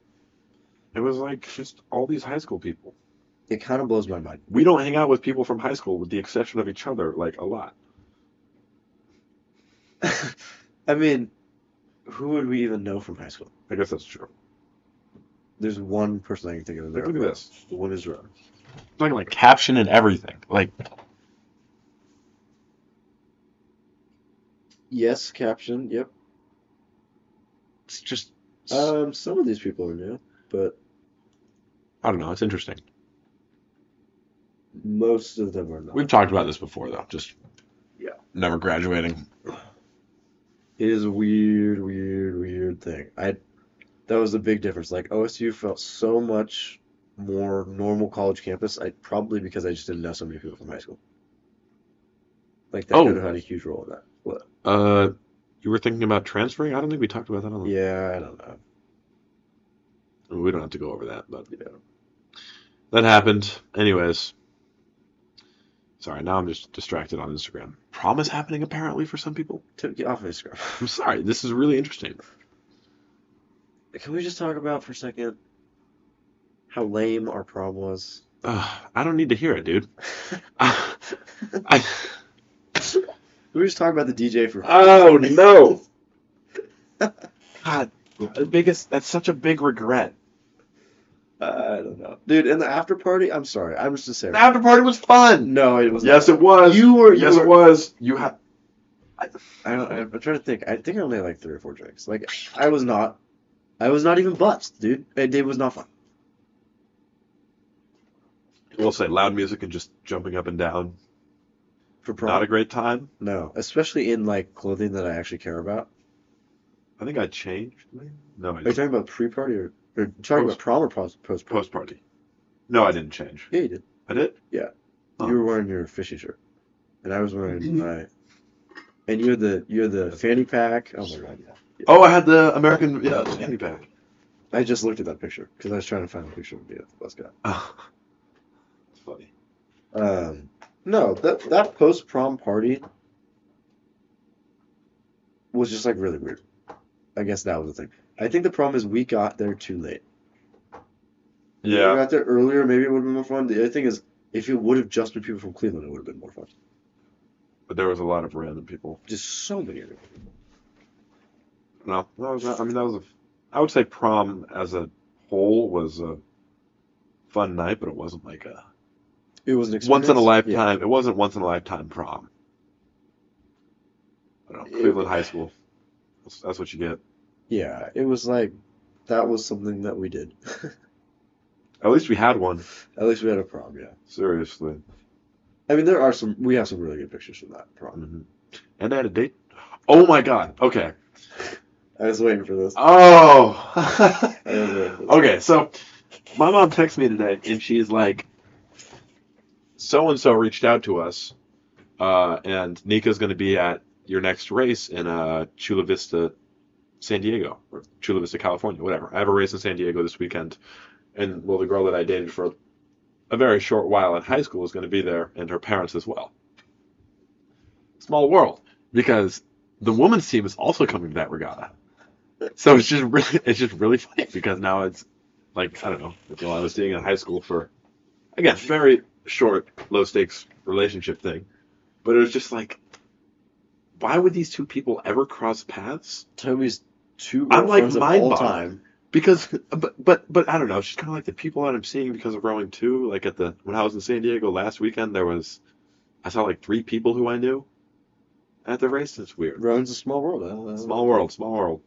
[SPEAKER 1] It was like just all these high school people.
[SPEAKER 2] it kind of blows my mind.
[SPEAKER 1] We don't hang out with people from high school, with the exception of each other, like a lot.
[SPEAKER 2] I mean, who would we even know from high school?
[SPEAKER 1] I guess that's true.
[SPEAKER 2] There's one person I can think of. in
[SPEAKER 1] Like,
[SPEAKER 2] there.
[SPEAKER 1] look at this.
[SPEAKER 2] The one is wrong.
[SPEAKER 1] Talking like caption and everything. Like
[SPEAKER 2] Yes, caption. Yep.
[SPEAKER 1] it's just.
[SPEAKER 2] Um, some of these people are new, but
[SPEAKER 1] I don't know. It's interesting.
[SPEAKER 2] most of them are not.
[SPEAKER 1] We've talked about this before, though. Just
[SPEAKER 2] Yeah.
[SPEAKER 1] never graduating.
[SPEAKER 2] It is a weird, weird, weird thing. I that was the big difference. Like OSU felt so much more normal college campus. I probably because I just didn't know so many people from high school. Like that
[SPEAKER 1] Oh.
[SPEAKER 2] could have had a huge role in that. What?
[SPEAKER 1] Uh, you were thinking about transferring? I don't think we talked about that on the.
[SPEAKER 2] Yeah, I don't know.
[SPEAKER 1] We don't have to go over that, but
[SPEAKER 2] You know,
[SPEAKER 1] that happened. Anyways, sorry. Now I'm just distracted on Instagram. Prom is happening apparently for some people.
[SPEAKER 2] took you off Instagram.
[SPEAKER 1] I'm sorry. This is really interesting.
[SPEAKER 2] Can we just talk about for a second how lame our prom was?
[SPEAKER 1] Ugh, I don't need to hear it, dude.
[SPEAKER 2] Can
[SPEAKER 1] I...
[SPEAKER 2] we just talk about the DJ for?
[SPEAKER 1] Oh no! God, the biggest. That's such a big regret.
[SPEAKER 2] I don't know, dude. In the after party, I'm sorry, I'm just a
[SPEAKER 1] The after party was fun.
[SPEAKER 2] No, it was
[SPEAKER 1] Yes,
[SPEAKER 2] not.
[SPEAKER 1] it was.
[SPEAKER 2] You were- you
[SPEAKER 1] Yes,
[SPEAKER 2] were-
[SPEAKER 1] it was. You had.
[SPEAKER 2] I don't, I'm trying to think. I think I only had like three or four drinks. Like I was not, I was not even buzzed, dude. It, it was not fun.
[SPEAKER 1] We'll say loud music and just jumping up and down.
[SPEAKER 2] For prom,
[SPEAKER 1] Not a great time.
[SPEAKER 2] no, especially in like clothing that I actually care about.
[SPEAKER 1] I think I changed. No, I
[SPEAKER 2] Are you
[SPEAKER 1] didn't.
[SPEAKER 2] talking about pre-party or, or you talking
[SPEAKER 1] Post.
[SPEAKER 2] about prom or post post?
[SPEAKER 1] Post party. No, I didn't change.
[SPEAKER 2] Yeah, you did.
[SPEAKER 1] I did. Oh.
[SPEAKER 2] You were wearing your fishy shirt, and I was
[SPEAKER 1] Mm-hmm.
[SPEAKER 2] wearing my. And you had the you had the fanny pack. Oh my god! yeah.
[SPEAKER 1] Oh, I had the American yeah, the fanny pack.
[SPEAKER 2] I just looked at that picture because I was trying to find the picture of me at the bus guy.
[SPEAKER 1] Oh. It's funny.
[SPEAKER 2] Um, no, that that post prom party was just like really weird. I guess that was the thing. I think the problem is we got there too late. If we
[SPEAKER 1] Yeah.
[SPEAKER 2] got there earlier, maybe it would have been more fun. The other thing is, if it would have just been people from Cleveland, it would have been more fun.
[SPEAKER 1] But there was a lot of random people.
[SPEAKER 2] Just so many. other-
[SPEAKER 1] No, that was not, I mean that was a I would say prom as a whole was a fun night, but it wasn't like a
[SPEAKER 2] It was an
[SPEAKER 1] once in a
[SPEAKER 2] experience. Yeah.
[SPEAKER 1] lifetime it wasn't once in a lifetime prom. I don't know,
[SPEAKER 2] It-
[SPEAKER 1] Cleveland High School. That's, that's what you get.
[SPEAKER 2] Yeah, it was like that was something that we did.
[SPEAKER 1] At least we had one.
[SPEAKER 2] At least we had a prom. Yeah,
[SPEAKER 1] Seriously.
[SPEAKER 2] I mean there are some. We have some really good pictures from that prom.
[SPEAKER 1] hmm And I had a date. Oh my god. Okay.
[SPEAKER 2] I was waiting for this.
[SPEAKER 1] Oh.
[SPEAKER 2] I was waiting for this.
[SPEAKER 1] okay, so my mom texts me today, and she's like, "So and so reached out to us, uh, and Nika's going to be at your next race in uh, Chula Vista, San Diego, or Chula Vista, California, whatever. I have a race in San Diego this weekend, and well, the girl that I dated for a very short while in high school is going to be there, and her parents as well. Small world, because the women's team is also coming to that regatta." So it's just really, it's just really funny because now it's like I don't know. It's all I was seeing in high school for again very short, low stakes relationship thing, but it was just like why would these two people ever cross paths?
[SPEAKER 2] Toby's two
[SPEAKER 1] I'm, like,
[SPEAKER 2] girlfriends of
[SPEAKER 1] mind
[SPEAKER 2] all
[SPEAKER 1] boggling.
[SPEAKER 2] time.
[SPEAKER 1] Because, but, but, but I don't know. She's kind of like the people that I'm seeing because of rowing too. Like at the when I was in San Diego last weekend, there was, I saw like three people who I knew, at the race. It's weird.
[SPEAKER 2] Rowan's a small world. I don't know.
[SPEAKER 1] Small world, small world.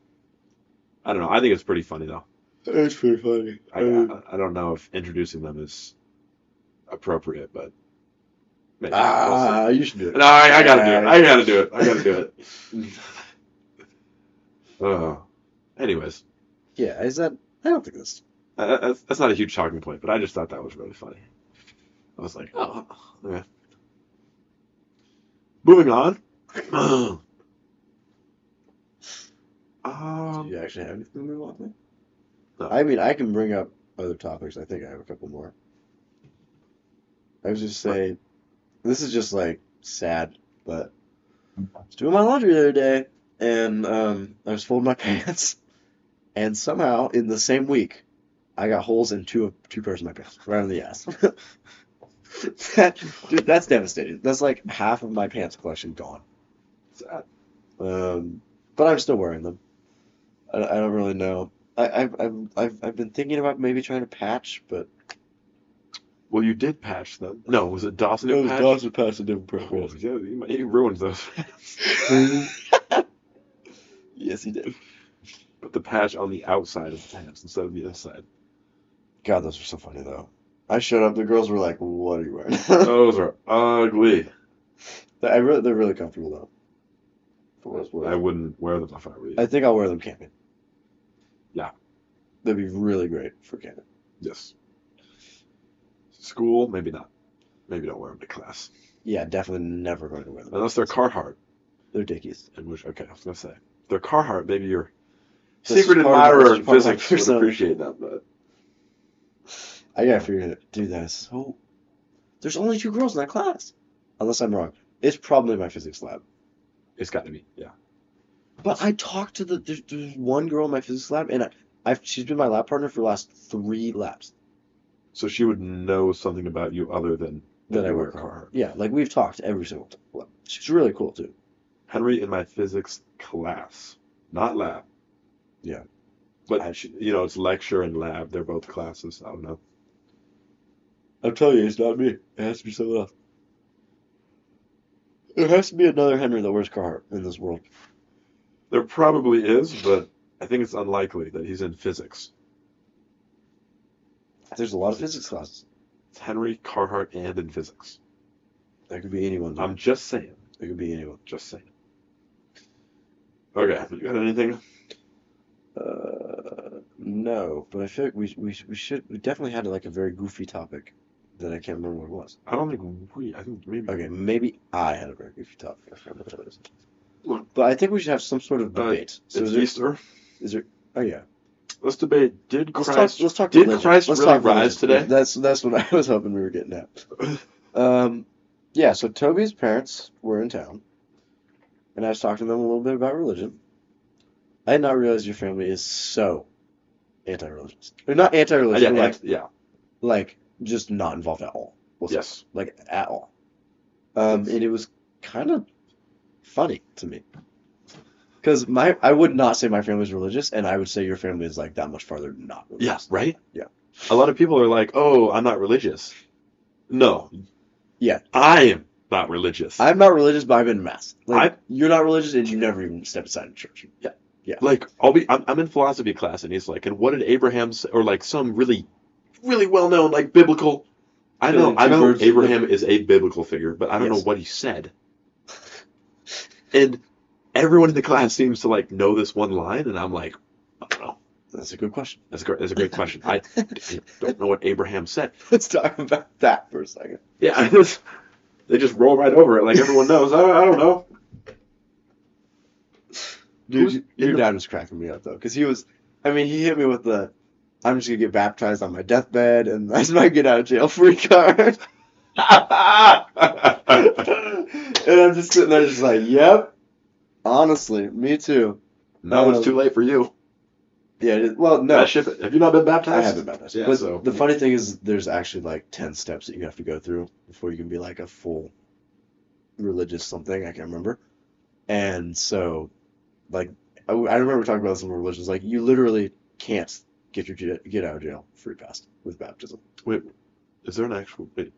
[SPEAKER 1] I don't know. I think it's pretty funny though.
[SPEAKER 2] It's pretty funny.
[SPEAKER 1] I,
[SPEAKER 2] Uh,
[SPEAKER 1] I, I don't know if introducing them is appropriate, but maybe. We'll see.
[SPEAKER 2] ah, you should do it.
[SPEAKER 1] No, I, I gotta do it. I gotta do it. I gotta do it. oh. Anyways,
[SPEAKER 2] Yeah, is that? I don't think this.
[SPEAKER 1] I- I- that's, that's not a huge talking point, but I just thought that was really funny. I was like, oh, okay. Moving on. Um,
[SPEAKER 2] Do
[SPEAKER 1] um,
[SPEAKER 2] you actually have anything to want me?
[SPEAKER 1] No.
[SPEAKER 2] I mean, I can bring up other topics. I think I have a couple more. I was just saying, this is just like sad, but I was doing my laundry the other day, and um, I was folding my pants, and somehow in the same week, I got holes in two of two pairs of my pants, right on the ass. that, dude, that's devastating. That's like half of my pants collection gone. Um, but I'm still wearing them. I, I don't really know. I, I've, I've, I've, I've been thinking about maybe trying to patch, but
[SPEAKER 1] well, you did patch them. No, was it Dawson who patched?
[SPEAKER 2] would patch a different
[SPEAKER 1] Oh, yeah, he, might- he ruined those.
[SPEAKER 2] yes, he did.
[SPEAKER 1] Put the patch on the outside of the pants instead of the inside.
[SPEAKER 2] God, those were so funny though. I showed up. The girls were like, "What are you wearing?"
[SPEAKER 1] Those are ugly.
[SPEAKER 2] I really, they're really comfortable though. For what it's worth.
[SPEAKER 1] I wouldn't wear them if I were you.
[SPEAKER 2] I think I'll wear them camping.
[SPEAKER 1] Yeah.
[SPEAKER 2] That'd be really great for camping.
[SPEAKER 1] Yes. School, maybe not. Maybe don't wear them to class
[SPEAKER 2] Yeah, definitely never going to wear them.
[SPEAKER 1] unless they're Carhartt.
[SPEAKER 2] They're dickies.
[SPEAKER 1] In which, okay, I was gonna say if they're Carhartt. Maybe your
[SPEAKER 2] This is
[SPEAKER 1] secret
[SPEAKER 2] part of-
[SPEAKER 1] admirer of
[SPEAKER 2] this is part of my
[SPEAKER 1] physics would
[SPEAKER 2] persona.
[SPEAKER 1] appreciate that, but
[SPEAKER 2] I gotta figure it. Do that. is So there's only two girls in that class, unless I'm wrong. It's probably my physics lab.
[SPEAKER 1] it's got to be. Yeah.
[SPEAKER 2] But I talked to the there's, there's one girl in my physics lab, and I, I've she's been my lab partner for the last three labs
[SPEAKER 1] So she would know something about you other than
[SPEAKER 2] that I
[SPEAKER 1] you
[SPEAKER 2] work on. Yeah, like we've talked every single time. Well, She's really cool too.
[SPEAKER 1] Henry in my physics class, not lab.
[SPEAKER 2] Yeah.
[SPEAKER 1] But
[SPEAKER 2] I-
[SPEAKER 1] you know, it's lecture and lab. They're both classes. I don't know.
[SPEAKER 2] I'm telling you, it's not me. It has to be someone else. There has to be another Henry that wears Carhartt in this world.
[SPEAKER 1] There probably is, but I think it's unlikely that he's in physics.
[SPEAKER 2] There's a lot of physics classes.
[SPEAKER 1] It's Henry Carhart and in physics.
[SPEAKER 2] There could be anyone.
[SPEAKER 1] I'm just saying.
[SPEAKER 2] There could be anyone.
[SPEAKER 1] Just saying. Okay, you got anything?
[SPEAKER 2] Uh, no, but I feel like we we we should we definitely had like a very goofy topic that I can't remember what it was.
[SPEAKER 1] I don't think we. I think maybe.
[SPEAKER 2] Okay, maybe I had a very goofy topic. I forgot what it was.
[SPEAKER 1] Look.
[SPEAKER 2] But I think we should have some sort of
[SPEAKER 1] Uh,
[SPEAKER 2] debate. so
[SPEAKER 1] it's
[SPEAKER 2] is there,
[SPEAKER 1] Easter.
[SPEAKER 2] is there? Oh yeah.
[SPEAKER 1] Let's debate. Did
[SPEAKER 2] Let's
[SPEAKER 1] Christ?
[SPEAKER 2] talk. Let's talk.
[SPEAKER 1] did
[SPEAKER 2] religion.
[SPEAKER 1] Christ
[SPEAKER 2] let's
[SPEAKER 1] really
[SPEAKER 2] talk religion.
[SPEAKER 1] rise today?
[SPEAKER 2] That's that's what I was hoping we were getting at. Um, yeah. So Toby's parents were in town, and I was talking to them a little bit about religion. I did not realize your family is so anti-religious. They're not
[SPEAKER 1] Uh,
[SPEAKER 2] anti-religious.
[SPEAKER 1] yeah,
[SPEAKER 2] but, like,
[SPEAKER 1] and- yeah.
[SPEAKER 2] like just not involved at all. whatsoever.
[SPEAKER 1] Yes.
[SPEAKER 2] Like at all. Um, and it was kind of funny to me. Because my I would not say my family's religious, and I would say your family is like that much farther than not
[SPEAKER 1] Yeah.
[SPEAKER 2] religious.
[SPEAKER 1] Right.
[SPEAKER 2] Yeah.
[SPEAKER 1] A lot of people are like, "Oh, I'm not religious." No.
[SPEAKER 2] Yeah.
[SPEAKER 1] I am not religious.
[SPEAKER 2] I'm not religious, but I've been to mass. Like
[SPEAKER 1] I-
[SPEAKER 2] you're not religious, and you never even stepped inside a church.
[SPEAKER 1] like I'll be I'm, I'm in philosophy class and he's like and what did Abraham say or like some really really well known like biblical I know
[SPEAKER 2] Killing
[SPEAKER 1] I
[SPEAKER 2] two
[SPEAKER 1] know
[SPEAKER 2] birds with-
[SPEAKER 1] Abraham is a biblical figure but I don't know
[SPEAKER 2] Yes.
[SPEAKER 1] what he said and everyone in the class seems to like know this one line and I'm like I don't know
[SPEAKER 2] That's a good question.
[SPEAKER 1] that's a great that's a great question I, I don't know what Abraham said
[SPEAKER 2] Let's talk about that for a second.
[SPEAKER 1] yeah I just, they just roll right over it like everyone knows I, I don't know Who's-
[SPEAKER 2] Dude, your dad was cracking me up though, because he was. I mean, he hit me with the, "I'm just gonna get baptized on my deathbed, and that's my get out of jail free card." and I'm just sitting there, just like, "Yep." Honestly, me too.
[SPEAKER 1] now it's too late for you
[SPEAKER 2] Yeah. it- Well, no,
[SPEAKER 1] That ship it. have you not been baptized
[SPEAKER 2] I haven't baptized.
[SPEAKER 1] Yeah,
[SPEAKER 2] but
[SPEAKER 1] so-
[SPEAKER 2] the funny thing is, there's actually like ten steps that you have to go through before you can be like a full religious something. I can't remember. And so, like, I, I remember talking about this in religions. Like, you literally can't get your j- get out of jail free pass with baptism.
[SPEAKER 1] Is there an actual? Wait,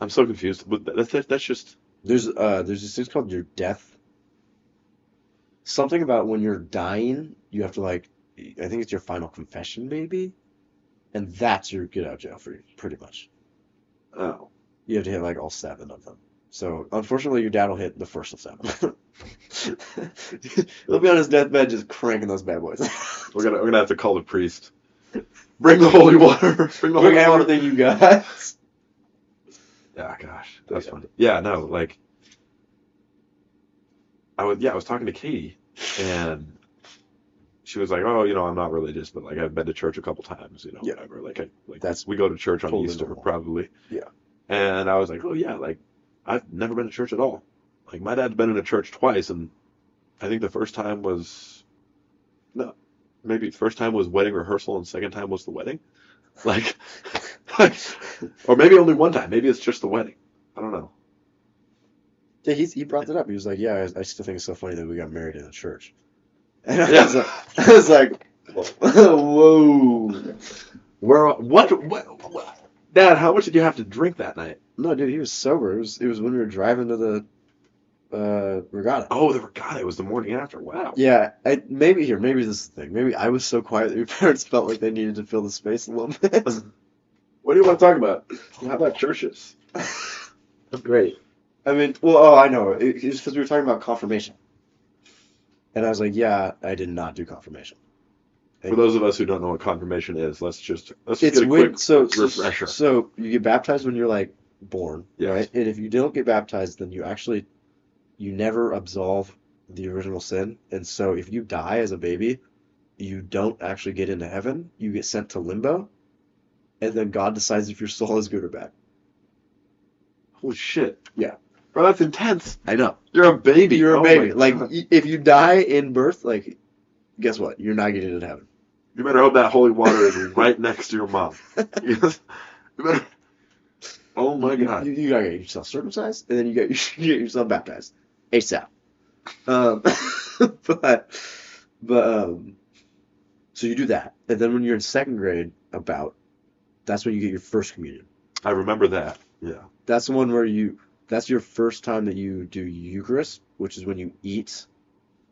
[SPEAKER 1] I'm so confused. But that, that's that's just
[SPEAKER 2] There's uh there's these things called your death. Something about when you're dying, you have to like I think it's your final confession maybe, and that's your get out of jail free pretty much.
[SPEAKER 1] oh.
[SPEAKER 2] You have to hit like all seven of them. So unfortunately, your dad will hit the first of seven. He'll be on his deathbed just cranking those bad boys.
[SPEAKER 1] We're gonna we're gonna have to call the priest. Bring the holy water. Bring the
[SPEAKER 2] Look
[SPEAKER 1] holy
[SPEAKER 2] at
[SPEAKER 1] water.
[SPEAKER 2] everything you got.
[SPEAKER 1] Yeah, gosh, that's
[SPEAKER 2] Yeah.
[SPEAKER 1] funny. Yeah, no, like I was yeah, I was talking to Katie and she was like, "Oh, you know, I'm not religious, but like I've been to church a couple times, you know,
[SPEAKER 2] Yeah.
[SPEAKER 1] whatever." Like I like
[SPEAKER 2] That's
[SPEAKER 1] we go to church on
[SPEAKER 2] totally
[SPEAKER 1] Easter
[SPEAKER 2] normal.
[SPEAKER 1] probably.
[SPEAKER 2] Yeah.
[SPEAKER 1] And I was like, "Oh yeah, like I've never been to church at all." Like my dad's been in a church twice and I think the first time was no, maybe first time was wedding rehearsal and second time was the wedding. Like like or maybe only one time. Maybe it's just the wedding. I don't know.
[SPEAKER 2] Yeah, he's, he brought it up. He was like, "Yeah, I, I still think it's so funny that we got married in a church." And I was like, I was like "Whoa!"
[SPEAKER 1] Where? What? What? what? Dad, how much did you have to drink that night?
[SPEAKER 2] No, dude, he was sober. It was it was when we were driving to the uh, regatta.
[SPEAKER 1] Oh, the regatta. It was the morning after. Wow.
[SPEAKER 2] Yeah, I, maybe here, maybe this is the thing. Maybe I was so quiet that your parents felt like they needed to fill the space a little bit.
[SPEAKER 1] What do you want to talk about? How about churches? That's great.
[SPEAKER 2] I mean, well, oh, I know. It, it's because we were talking about confirmation, and I was like, "Yeah, I did not do confirmation."
[SPEAKER 1] For those of us who don't know what confirmation is, let's just let's just
[SPEAKER 2] It's
[SPEAKER 1] get a
[SPEAKER 2] when
[SPEAKER 1] quick
[SPEAKER 2] so so-
[SPEAKER 1] refresher.
[SPEAKER 2] So you get baptized when you're like born,
[SPEAKER 1] Yes.
[SPEAKER 2] right? And if you don't get baptized, then you actually you never absolve the original sin. And so if you die as a baby, you don't actually get into heaven. You get sent to limbo, and then God decides if your soul is good or bad.
[SPEAKER 1] Holy shit.
[SPEAKER 2] Yeah.
[SPEAKER 1] Bro, that's intense.
[SPEAKER 2] I know.
[SPEAKER 1] You're a baby.
[SPEAKER 2] You're a
[SPEAKER 1] Oh my
[SPEAKER 2] baby. Like
[SPEAKER 1] God.
[SPEAKER 2] y- if you die in birth, like guess what? You're not getting into heaven.
[SPEAKER 1] you better hope that holy water is right next to your mom. Yes. You better. Oh my
[SPEAKER 2] you,
[SPEAKER 1] god.
[SPEAKER 2] You, you gotta get yourself circumcised, and then you get, you get yourself baptized ASAP. Um, but but um, so you do that, and then when you're in second grade, about that's when you get your first communion.
[SPEAKER 1] I remember that. Yeah.
[SPEAKER 2] That's the one where you that's your first time that you do Eucharist, which is when you eat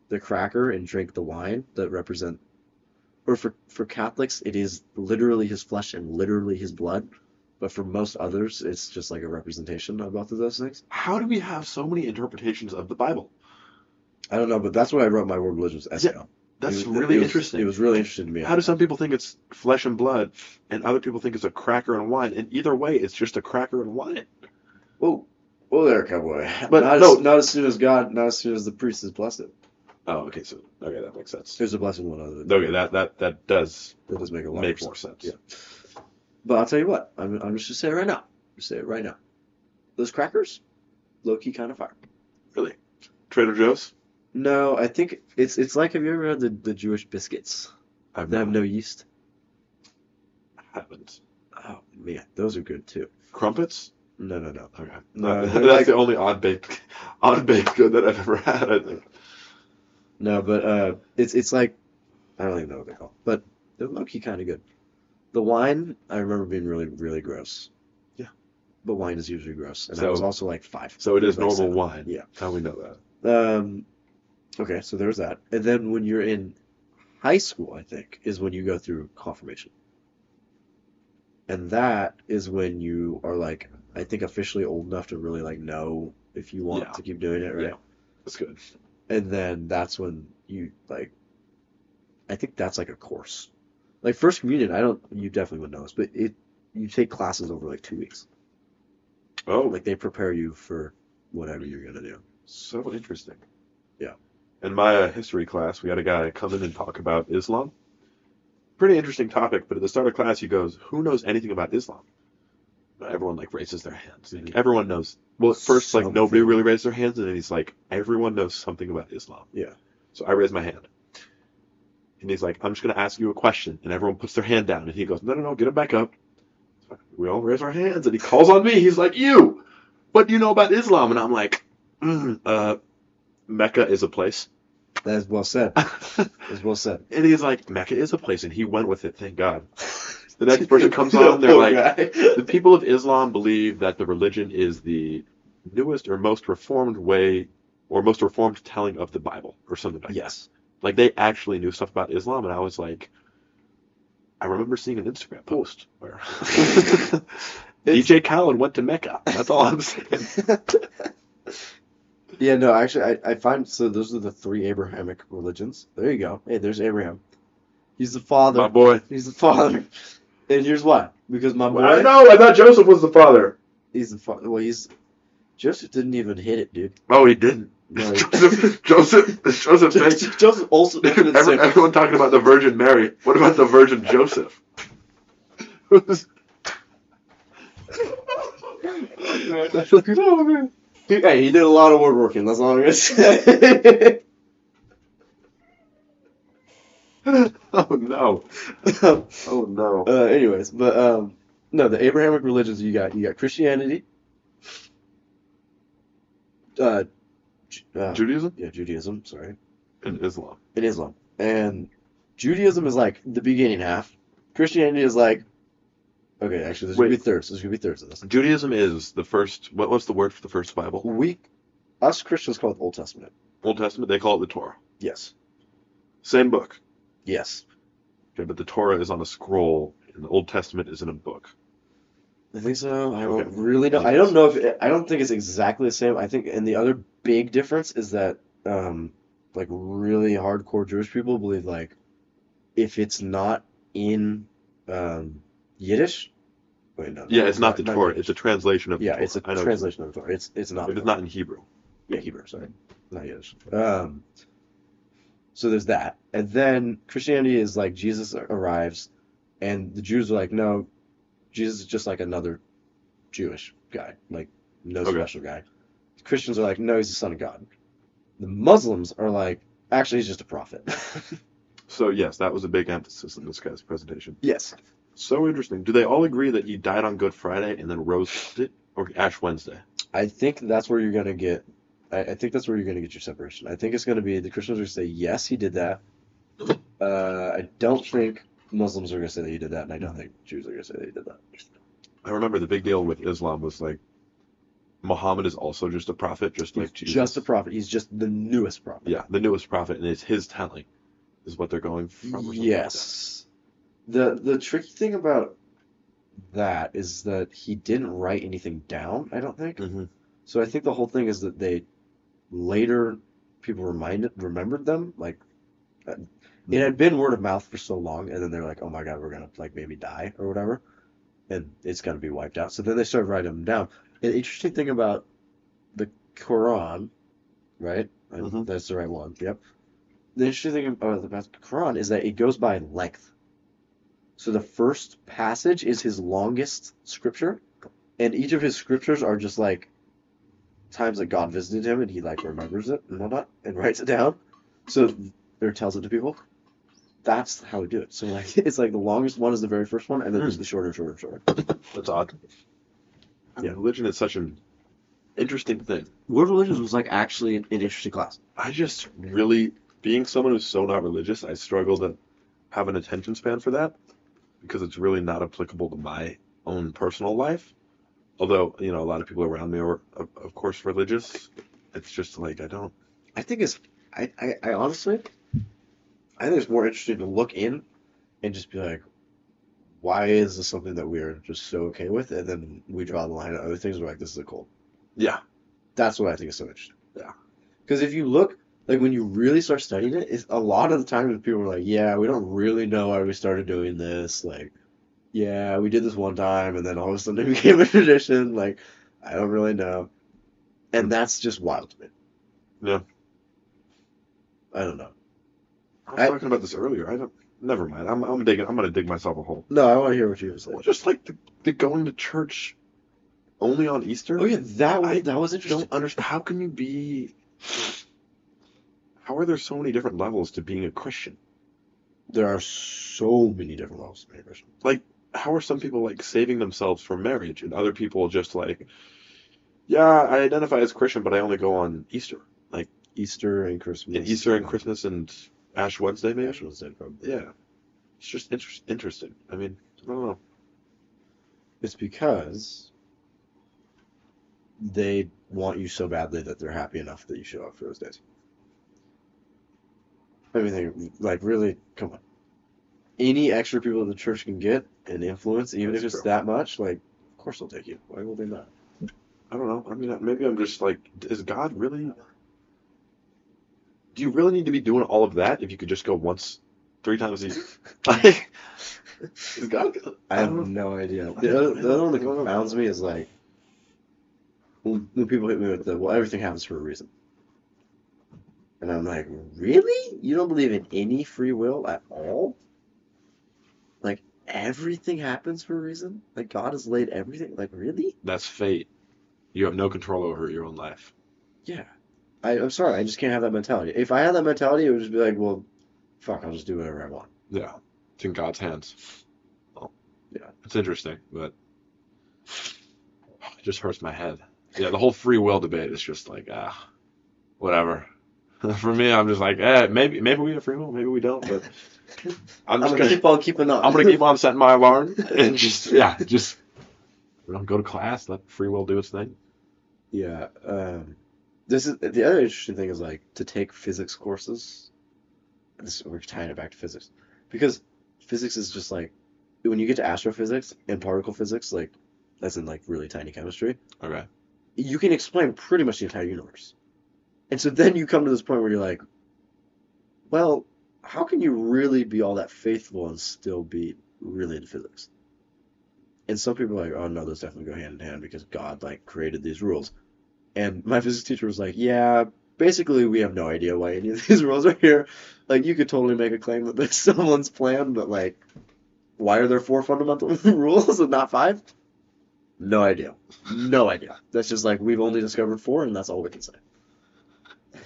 [SPEAKER 2] the cracker and drink the wine that represent. Or for, for Catholics, it is literally his flesh and literally his blood. But for most others, it's just like a representation of both of those things.
[SPEAKER 1] How do we have so many interpretations of the Bible?
[SPEAKER 2] I don't know, but that's what I wrote my world religions essay on.
[SPEAKER 1] That's
[SPEAKER 2] It was-
[SPEAKER 1] really
[SPEAKER 2] it was-
[SPEAKER 1] interesting.
[SPEAKER 2] It was really interesting to me.
[SPEAKER 1] How do some people think it's flesh and blood, and other people think it's a cracker and wine? And either way, it's just a cracker and wine.
[SPEAKER 2] Whoa, whoa there, cowboy.
[SPEAKER 1] But
[SPEAKER 2] But not
[SPEAKER 1] no-
[SPEAKER 2] as, not as soon as God, not as soon as the priest is blessed.
[SPEAKER 1] Oh, okay, so okay, that makes sense.
[SPEAKER 2] There's a blessing one other.
[SPEAKER 1] Okay, that that that does
[SPEAKER 2] That does make a lot
[SPEAKER 1] make
[SPEAKER 2] more
[SPEAKER 1] more sense.
[SPEAKER 2] Yeah. But I'll tell you what, I'm, I'm just gonna say it right now. I'm gonna say it right now. Those crackers, low key kind of fire.
[SPEAKER 1] Trader Joe's.
[SPEAKER 2] No, I think it's it's like have you ever had the, the Jewish biscuits
[SPEAKER 1] I've
[SPEAKER 2] that have no yeast?
[SPEAKER 1] haven't.
[SPEAKER 2] Oh man, those are good too.
[SPEAKER 1] Crumpets.
[SPEAKER 2] No, no, no.
[SPEAKER 1] Okay, Uh,
[SPEAKER 2] No,
[SPEAKER 1] that's
[SPEAKER 2] they're like-
[SPEAKER 1] the only odd baked odd baked good that I've ever had. I think.
[SPEAKER 2] No, but uh, it's it's like I don't even know what they're called, but they're low key kind of good. The wine I remember being really really gross.
[SPEAKER 1] Yeah.
[SPEAKER 2] but wine is usually gross, and I
[SPEAKER 1] So-
[SPEAKER 2] was also like five.
[SPEAKER 1] So it is
[SPEAKER 2] Like
[SPEAKER 1] normal
[SPEAKER 2] seven.
[SPEAKER 1] wine.
[SPEAKER 2] Yeah.
[SPEAKER 1] How we know that?
[SPEAKER 2] Um, okay, so there's that, and then when you're in high school, I think is when you go through confirmation, and that is when you are like I think officially old enough to really like know if you want
[SPEAKER 1] Yeah.
[SPEAKER 2] to keep doing it, right?
[SPEAKER 1] That's good.
[SPEAKER 2] and then that's when you like i think that's like a course like first communion i don't you definitely would know this but it you take classes over like two weeks
[SPEAKER 1] Oh,
[SPEAKER 2] like they prepare you for whatever you're gonna do
[SPEAKER 1] So interesting.
[SPEAKER 2] Yeah.
[SPEAKER 1] In my uh, history class, we had a guy come in and talk about Islam. Pretty interesting topic, but at the start of class, he goes, "Who knows anything about Islam?" But everyone like raises their hands. Like, everyone knows. Well, at first, like nobody
[SPEAKER 2] Mm-hmm. Something.
[SPEAKER 1] really raised their hands, and then he's like, "Everyone knows something about Islam."
[SPEAKER 2] Yeah.
[SPEAKER 1] So I raise my hand, and he's like, "I'm just gonna ask you a question," and everyone puts their hand down, and he goes, "No, no, no, get it back up." We all raise our hands, and he calls on me. He's like, "You, what do you know about Islam?" And I'm like, mm, "Uh, Mecca is a place.
[SPEAKER 2] That is well said.
[SPEAKER 1] and
[SPEAKER 2] That's well said.
[SPEAKER 1] he's like, Mecca is a place, and he went with it. Thank God. The next person comes on, they're like, the people of Islam believe that the religion is the newest or most reformed way or most reformed telling of the Bible or something like
[SPEAKER 2] yes.
[SPEAKER 1] that. Like they actually knew stuff about Islam and I was like I remember seeing an Instagram post where DJ Khaled went to Mecca. That's all I'm saying.
[SPEAKER 2] yeah, no, actually, I, I find so those are the three Abrahamic religions. There you go. Hey, there's Abraham. He's the father.
[SPEAKER 1] My boy.
[SPEAKER 2] He's the father. And here's why. Because my boy.
[SPEAKER 1] know, I thought Joseph was the father.
[SPEAKER 2] He's the father. Well, he's. Joseph didn't even hit it, dude.
[SPEAKER 1] Oh, he didn't.
[SPEAKER 2] No, he-
[SPEAKER 1] Joseph, Joseph, Joseph, thanks.
[SPEAKER 2] Joseph, Joseph also. didn't
[SPEAKER 1] Every-
[SPEAKER 2] say-
[SPEAKER 1] everyone talking about the Virgin Mary. What about the Virgin Joseph? Who's-
[SPEAKER 2] Dude, hey, he did a lot of woodworking. That's all I'm gonna say.
[SPEAKER 1] oh no!
[SPEAKER 2] um,
[SPEAKER 1] Oh no!
[SPEAKER 2] uh, anyways, but um, no, the Abrahamic religions you got you got Christianity, uh, Ju- uh,
[SPEAKER 1] Judaism
[SPEAKER 2] yeah, Judaism. Sorry,
[SPEAKER 1] and Islam.
[SPEAKER 2] and Islam. And Judaism is like the beginning half. Christianity is like, okay, actually, there's gonna be
[SPEAKER 1] Wait.
[SPEAKER 2] thirds. There's gonna be thirds of this.
[SPEAKER 1] Judaism is the first. What, what's the word for the first Bible?
[SPEAKER 2] We, us Christians, call it the Old Testament.
[SPEAKER 1] Old Testament. They call it the Torah.
[SPEAKER 2] Yes.
[SPEAKER 1] Same book.
[SPEAKER 2] Yes.
[SPEAKER 1] Okay, but the Torah is on a scroll, and the Old Testament is in a book.
[SPEAKER 2] I think so. I don't
[SPEAKER 1] Okay.
[SPEAKER 2] really know. I don't know if it, I don't think it's exactly the same. I think, and the other big difference is that, um, like really hardcore Jewish people believe like, if it's not in, um, Yiddish, wait, no,
[SPEAKER 1] Yeah, it's not the Torah.
[SPEAKER 2] Yiddish.
[SPEAKER 1] It's a translation of. The
[SPEAKER 2] yeah,
[SPEAKER 1] Torah.
[SPEAKER 2] it's a
[SPEAKER 1] I know.
[SPEAKER 2] translation of the Torah. It's it's not
[SPEAKER 1] If it's not in Hebrew.
[SPEAKER 2] yeah, Hebrew, sorry, not Yiddish. Um, so there's that, and then Christianity is like Jesus arrives, and the Jews are like, no, Jesus is just like another Jewish guy, like no
[SPEAKER 1] Okay.
[SPEAKER 2] special guy. Christians are like, no, he's the son of God. The Muslims are like, actually, he's just a prophet.
[SPEAKER 1] So yes, that was a big emphasis in this guy's presentation.
[SPEAKER 2] yes.
[SPEAKER 1] So interesting. Do they all agree that he died on Good Friday and then rose it or Ash Wednesday?
[SPEAKER 2] I think that's where you're gonna get. I, I think that's where you're gonna get your separation. I think it's gonna be the Christians are gonna say yes, he did that. Uh, I don't think Muslims are gonna say that he did that, and I don't think Jews are gonna say that he did that.
[SPEAKER 1] I remember the big deal with Islam was like Muhammad is also just a prophet, just
[SPEAKER 2] He's
[SPEAKER 1] like Jesus.
[SPEAKER 2] just a prophet. He's just the newest prophet.
[SPEAKER 1] yeah, the newest prophet, and it's his telling, is what they're going from. or something like
[SPEAKER 2] Yes. The the tricky thing about that is that he didn't write anything down. I don't think.
[SPEAKER 1] that. Mhm.
[SPEAKER 2] So I think the whole thing is that they later people reminded remembered them like uh, it had been word of mouth for so long, and then they're like, "Oh my God, we're gonna like maybe die or whatever," and it's gonna be wiped out. So then they started writing them down. An interesting thing about the Quran, right? I-
[SPEAKER 1] Mhm.
[SPEAKER 2] That's the right one. Yep. The interesting thing about the about the Quran is that it goes by length. So the first passage is his longest scripture, and each of his scriptures are just like times that God visited him, and he like remembers it and whatnot, and writes it down. So or tells it to people. That's how we do it. So like it's like the longest one is the very first one, and then there's the shorter, and shorter, and shorter.
[SPEAKER 1] That's odd. Yeah, religion is such an interesting thing.
[SPEAKER 2] World religions was like actually an, an interesting class.
[SPEAKER 1] I just really, being someone who's so not religious, I struggle to have an attention span for that because it's really not applicable to my own personal life. Although, you know, a lot of people around me are, of, of course, religious. It's just like, I don't.
[SPEAKER 2] I think it's I, I, I honestly I think it's more interesting to look in and just be like, why is this something that we're just so okay with? And then we draw the line at other things. We're like, this is a cult.
[SPEAKER 1] Yeah.
[SPEAKER 2] That's what I think is so interesting.
[SPEAKER 1] Yeah.
[SPEAKER 2] Because if you look, like when you really start studying it, it's a lot of the times people are like, yeah, we don't really know why we started doing this. Like, yeah, we did this one time and then all of a sudden it became a tradition. Like, I don't really know. And that's just wild to me.
[SPEAKER 1] Yeah.
[SPEAKER 2] I don't know.
[SPEAKER 1] I was
[SPEAKER 2] I-
[SPEAKER 1] talking about this earlier. I don't. Never mind. I'm, I'm digging. I'm going to dig myself a hole.
[SPEAKER 2] No, I want to hear what you were saying.
[SPEAKER 1] Well, just like the, the going to church only on Easter.
[SPEAKER 2] Oh, yeah, that was,
[SPEAKER 1] I
[SPEAKER 2] that was
[SPEAKER 1] I
[SPEAKER 2] interesting.
[SPEAKER 1] don't understand. How can you be. How are there so many different levels to being a Christian?
[SPEAKER 2] There are so many different levels of immigration.
[SPEAKER 1] how are some people like saving themselves from marriage and other people just like yeah i identify as christian but i only go on easter like
[SPEAKER 2] Easter and Christmas.
[SPEAKER 1] Yeah, Easter and Christmas and Ash Wednesday, maybe.
[SPEAKER 2] Ash Wednesday, probably.
[SPEAKER 1] Yeah, it's just inter- interesting. I mean, I don't know.
[SPEAKER 2] It's because they want you so badly that they're happy enough that you show up for those days. I mean, they like really come on. Any extra people that the church can get and influence, even
[SPEAKER 1] That's
[SPEAKER 2] if it's
[SPEAKER 1] true.
[SPEAKER 2] that much, like of course they'll take you. Why will they not?
[SPEAKER 1] I don't know. I mean, maybe I'm just like, is God really? Do you really need to be doing all of that if you could just go once, three times a year? Like, is God?
[SPEAKER 2] I
[SPEAKER 1] I
[SPEAKER 2] have
[SPEAKER 1] don't know.
[SPEAKER 2] no idea.
[SPEAKER 1] I
[SPEAKER 2] The
[SPEAKER 1] don't
[SPEAKER 2] other, the other one that
[SPEAKER 1] know.
[SPEAKER 2] confounds me is like when, when people hit me with the well, everything happens for a reason, and I'm like, really? You don't believe in any free will at all? Like everything happens for a reason? Like God has laid everything? Like really?
[SPEAKER 1] That's fate. You have no control over your own life.
[SPEAKER 2] Yeah. I, I'm sorry, I just can't have that mentality. If I had that mentality, it would just be like, well, fuck, I'll just do whatever I want.
[SPEAKER 1] Yeah, it's in God's hands. Well,
[SPEAKER 2] Oh, Yeah.
[SPEAKER 1] it's interesting, but it just hurts my head. Yeah, the whole free will debate is just like ah, whatever. For me, I'm just like, eh, maybe maybe we have free will, maybe we don't, but I'm
[SPEAKER 2] I'm,
[SPEAKER 1] just
[SPEAKER 2] gonna,
[SPEAKER 1] gonna
[SPEAKER 2] keep on keeping on.
[SPEAKER 1] I'm gonna keep on setting my alarm and just yeah, just we don't go to class, let free will do its thing.
[SPEAKER 2] Yeah. Um, this is the other interesting thing is like to take physics courses. This, we're tying it back to physics because physics is just like when you get to astrophysics and particle physics, like as in like really tiny chemistry,
[SPEAKER 1] Okay.
[SPEAKER 2] you can explain pretty much the entire universe. And so then you come to this point where you're like, well, how can you really be all that faithful and still be really into physics? And some people are like, oh no, those definitely go hand in hand because God like created these rules. And my physics teacher was like, yeah, basically we have no idea why any of these rules are here. Like you could totally make a claim that this is someone's plan, but like, why are there four fundamental rules and not five? No idea. No idea. That's just like we've only discovered four, and that's all we can say.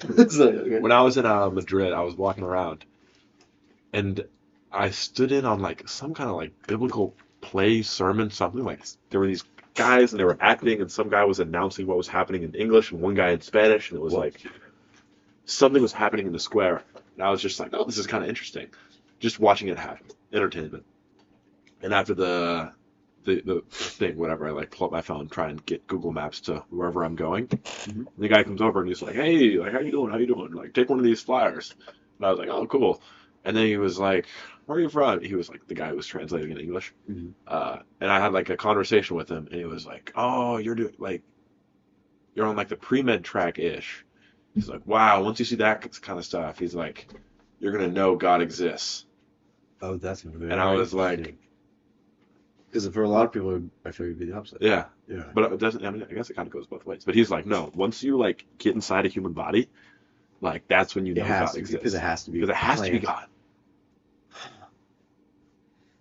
[SPEAKER 2] It's like, okay.
[SPEAKER 1] When I was in uh, Madrid, I was walking around, and I stood in on like some kind of like biblical play sermon something. Like there were these guys and they were acting, and some guy was announcing what was happening in English and one guy in Spanish, and it was
[SPEAKER 2] Whoa.
[SPEAKER 1] like something was happening in the square. And I was just like, oh, this is kind of interesting, just watching it happen, entertainment. And after the the, the thing, whatever, I like pull up my phone, try and get Google Maps to wherever I'm going. And the guy comes over and he's like, "Hey, like, how you doing? How you doing? Like, take one of these flyers." And I was like, "Oh, cool." And then he was like, "Where are you from?" He was like, the guy who was translating in English.
[SPEAKER 2] Mhm.
[SPEAKER 1] Uh, and I had like a conversation with him, and he was like, "Oh, you're doing like, you're on like the pre med track ish." He's like, "Wow, once you see that kind of stuff, he's like, you're gonna know God exists."
[SPEAKER 2] Oh, that's very
[SPEAKER 1] And I was like-
[SPEAKER 2] because for a lot of people, I feel it'd be the opposite.
[SPEAKER 1] Yeah,
[SPEAKER 2] Yeah.
[SPEAKER 1] but it doesn't. I mean, I guess it kind of goes both ways. But he's like, "No, once you like get inside a human body, like that's when you
[SPEAKER 2] It
[SPEAKER 1] know
[SPEAKER 2] has
[SPEAKER 1] God
[SPEAKER 2] to be,
[SPEAKER 1] exists."
[SPEAKER 2] because it has to be.
[SPEAKER 1] because it has to be
[SPEAKER 2] planned.
[SPEAKER 1] God.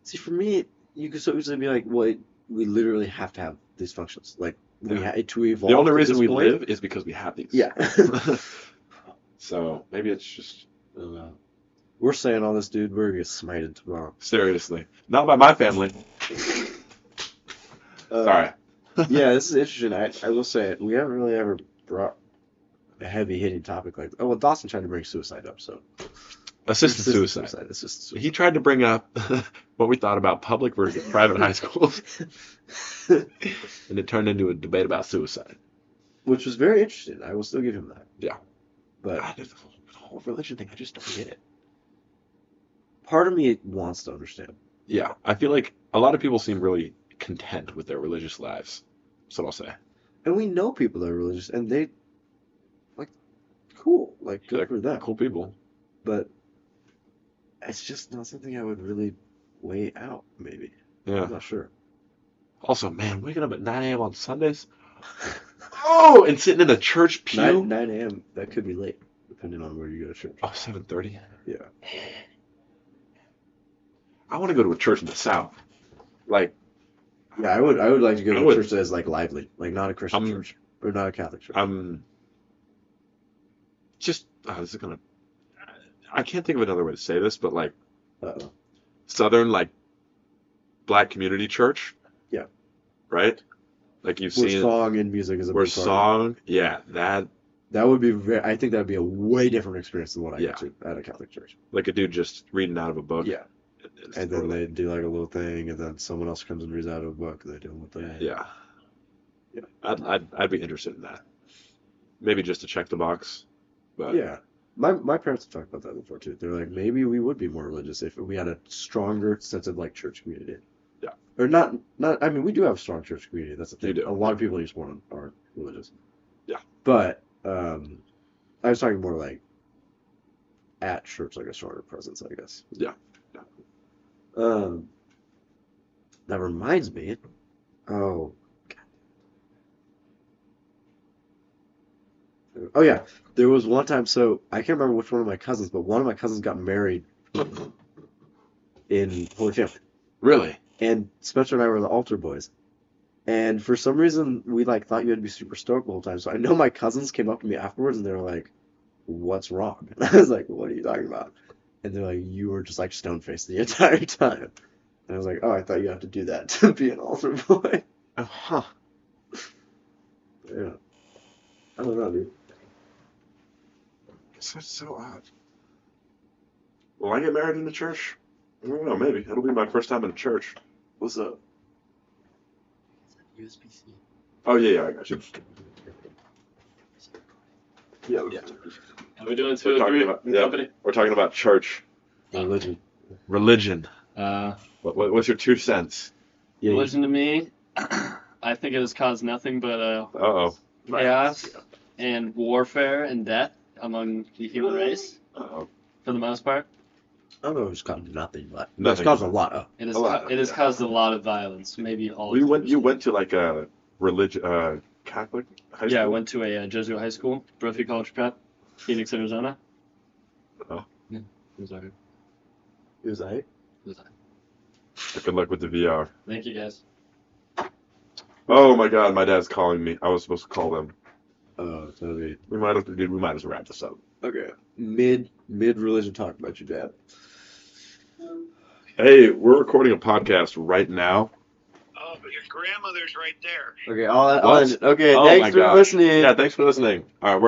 [SPEAKER 2] See, for me, you could so easily be like, well, it, we literally have to have these functions. Like, we
[SPEAKER 1] Yeah.
[SPEAKER 2] ha- to evolve.
[SPEAKER 1] The only
[SPEAKER 2] to
[SPEAKER 1] reason
[SPEAKER 2] this
[SPEAKER 1] we
[SPEAKER 2] point-
[SPEAKER 1] live is because we have these.
[SPEAKER 2] Yeah.
[SPEAKER 1] so maybe it's just I don't know.
[SPEAKER 2] we're saying all this, dude. We're gonna get smited tomorrow.
[SPEAKER 1] seriously not by my family.
[SPEAKER 2] Uh,
[SPEAKER 1] Sorry.
[SPEAKER 2] yeah, this is interesting. I, I will say it. We haven't really ever brought a heavy hitting topic like. Oh well, Dawson tried to bring suicide up, so
[SPEAKER 1] Assisted
[SPEAKER 2] Assisted
[SPEAKER 1] suicide.
[SPEAKER 2] Assisted suicide.
[SPEAKER 1] He tried to bring up what we thought about public versus private high schools, and it turned into a debate about suicide.
[SPEAKER 2] Which was very interesting. I will still give him that.
[SPEAKER 1] Yeah.
[SPEAKER 2] But
[SPEAKER 1] God, the whole- the whole religion thing, I just don't get it.
[SPEAKER 2] part of me wants to understand.
[SPEAKER 1] Yeah, I feel like a lot of people seem really content with their religious lives. So I'll say.
[SPEAKER 2] And we know people that are religious and they like cool. Like good
[SPEAKER 1] They're
[SPEAKER 2] for them.
[SPEAKER 1] Cool people.
[SPEAKER 2] But it's just not something I would really weigh out, maybe. I'm
[SPEAKER 1] Yeah.
[SPEAKER 2] not sure.
[SPEAKER 1] Also, man, waking up at 9 a.m. on Sundays. Oh, and sitting in a church pew.
[SPEAKER 2] Nine, nine AM, that could be late, depending on where you go to church.
[SPEAKER 1] Oh, 7:30?
[SPEAKER 2] Yeah.
[SPEAKER 1] I want to go to a church in the South. Like,
[SPEAKER 2] Yeah, I would I would like to go
[SPEAKER 1] I
[SPEAKER 2] to a
[SPEAKER 1] would-
[SPEAKER 2] church that is like lively, like not a Christian
[SPEAKER 1] I'm-
[SPEAKER 2] church. Or not a Catholic church.
[SPEAKER 1] I'm um, just, oh, this is gonna, I can't think of another way to say this, but like
[SPEAKER 2] Uh-oh.
[SPEAKER 1] Southern, like, black community church.
[SPEAKER 2] Yeah.
[SPEAKER 1] Right? Like you've
[SPEAKER 2] Where
[SPEAKER 1] seen,
[SPEAKER 2] song and music is a
[SPEAKER 1] where
[SPEAKER 2] big part of it.
[SPEAKER 1] song, yeah, that,
[SPEAKER 2] That would be very, I think that would be a way different experience than what I
[SPEAKER 1] Yeah.
[SPEAKER 2] get to at a Catholic church.
[SPEAKER 1] Like a dude just reading out of a book.
[SPEAKER 2] Yeah.
[SPEAKER 1] It's
[SPEAKER 2] And then
[SPEAKER 1] totally-
[SPEAKER 2] they do like a little thing, and then someone else comes and reads out of a book. They do a little thing.
[SPEAKER 1] yeah. I'd, I'd I'd be interested in that. Maybe just to check the box. But
[SPEAKER 2] Yeah. My my parents have talked about that before too. They're like, maybe we would be more religious if we had a stronger sense of like church community.
[SPEAKER 1] Yeah.
[SPEAKER 2] Or not not I mean we do have a strong church community, that's the
[SPEAKER 1] You
[SPEAKER 2] thing.
[SPEAKER 1] do.
[SPEAKER 2] A lot of people in Eastbourne are religious.
[SPEAKER 1] Yeah.
[SPEAKER 2] But um I was talking more like at church like a stronger presence, I guess.
[SPEAKER 1] Yeah. Yeah.
[SPEAKER 2] Um that reminds me. Oh God. Oh yeah. There was one time, so I can't remember which one of my cousins, but one of my cousins got married in Holy Family,
[SPEAKER 1] really,
[SPEAKER 2] and Spencer and I were the altar boys. And for some reason, we like thought you had to be super stoic the whole time. So I know my cousins came up to me afterwards, and they were like, "What's wrong?" And I was like, "What are you talking about?" And they're like, "You were just like stone faced the entire time." And I was like, "Oh, I thought you have to do that to be an altar boy."
[SPEAKER 1] Oh, huh?
[SPEAKER 2] Yeah, I don't know, dude.
[SPEAKER 1] It's just so odd. Will I get married in the church? I don't know. Maybe it'll be my first time in a church.
[SPEAKER 2] What's up?
[SPEAKER 3] USB C.
[SPEAKER 1] Oh yeah, yeah, I got you. Yeah,
[SPEAKER 3] Yeah. How we doing?
[SPEAKER 1] We're talking
[SPEAKER 3] 203
[SPEAKER 1] about-
[SPEAKER 3] in
[SPEAKER 1] yeah.
[SPEAKER 3] company?
[SPEAKER 1] we're talking about church,
[SPEAKER 2] Religion.
[SPEAKER 1] religion.
[SPEAKER 3] Uh,
[SPEAKER 1] What, what, what's your two cents?
[SPEAKER 2] Yeah, you-
[SPEAKER 3] Listen to me. I think it has caused nothing but uh,
[SPEAKER 1] Uh oh.
[SPEAKER 3] chaos and warfare and death among the human race for the most part.
[SPEAKER 2] I don't know if it's caused nothing, but
[SPEAKER 1] Nothing.
[SPEAKER 2] it's caused a lot of.
[SPEAKER 3] It has,
[SPEAKER 1] A lot,
[SPEAKER 3] ca- it has
[SPEAKER 1] yeah.
[SPEAKER 3] caused a lot of violence. Maybe all.
[SPEAKER 1] You
[SPEAKER 3] of
[SPEAKER 1] went.
[SPEAKER 3] it.
[SPEAKER 1] You went to like a religion, uh, Catholic high
[SPEAKER 3] yeah, I
[SPEAKER 1] school?
[SPEAKER 3] went to a uh, Jesuit high school, Brophy College Prep, Phoenix, Arizona.
[SPEAKER 1] Oh.
[SPEAKER 3] Yeah, it was alright.
[SPEAKER 2] It was I.
[SPEAKER 3] It was alright.
[SPEAKER 1] Good luck with the VR.
[SPEAKER 3] Thank you guys.
[SPEAKER 1] Oh my God, my dad's calling me. I was supposed to call them.
[SPEAKER 2] Oh, so be
[SPEAKER 1] We might have to. Dude, we might as well wrap this up.
[SPEAKER 2] Okay. Mid mid religion talk about your dad.
[SPEAKER 1] Hey, we're recording a podcast right now.
[SPEAKER 4] Oh, your grandmother's right there.
[SPEAKER 2] Okay, I'll, I'll
[SPEAKER 1] What?
[SPEAKER 2] end it. Okay,
[SPEAKER 1] Oh my
[SPEAKER 2] thanks for
[SPEAKER 1] gosh.
[SPEAKER 2] listening.
[SPEAKER 1] Yeah, thanks for listening. All right, we're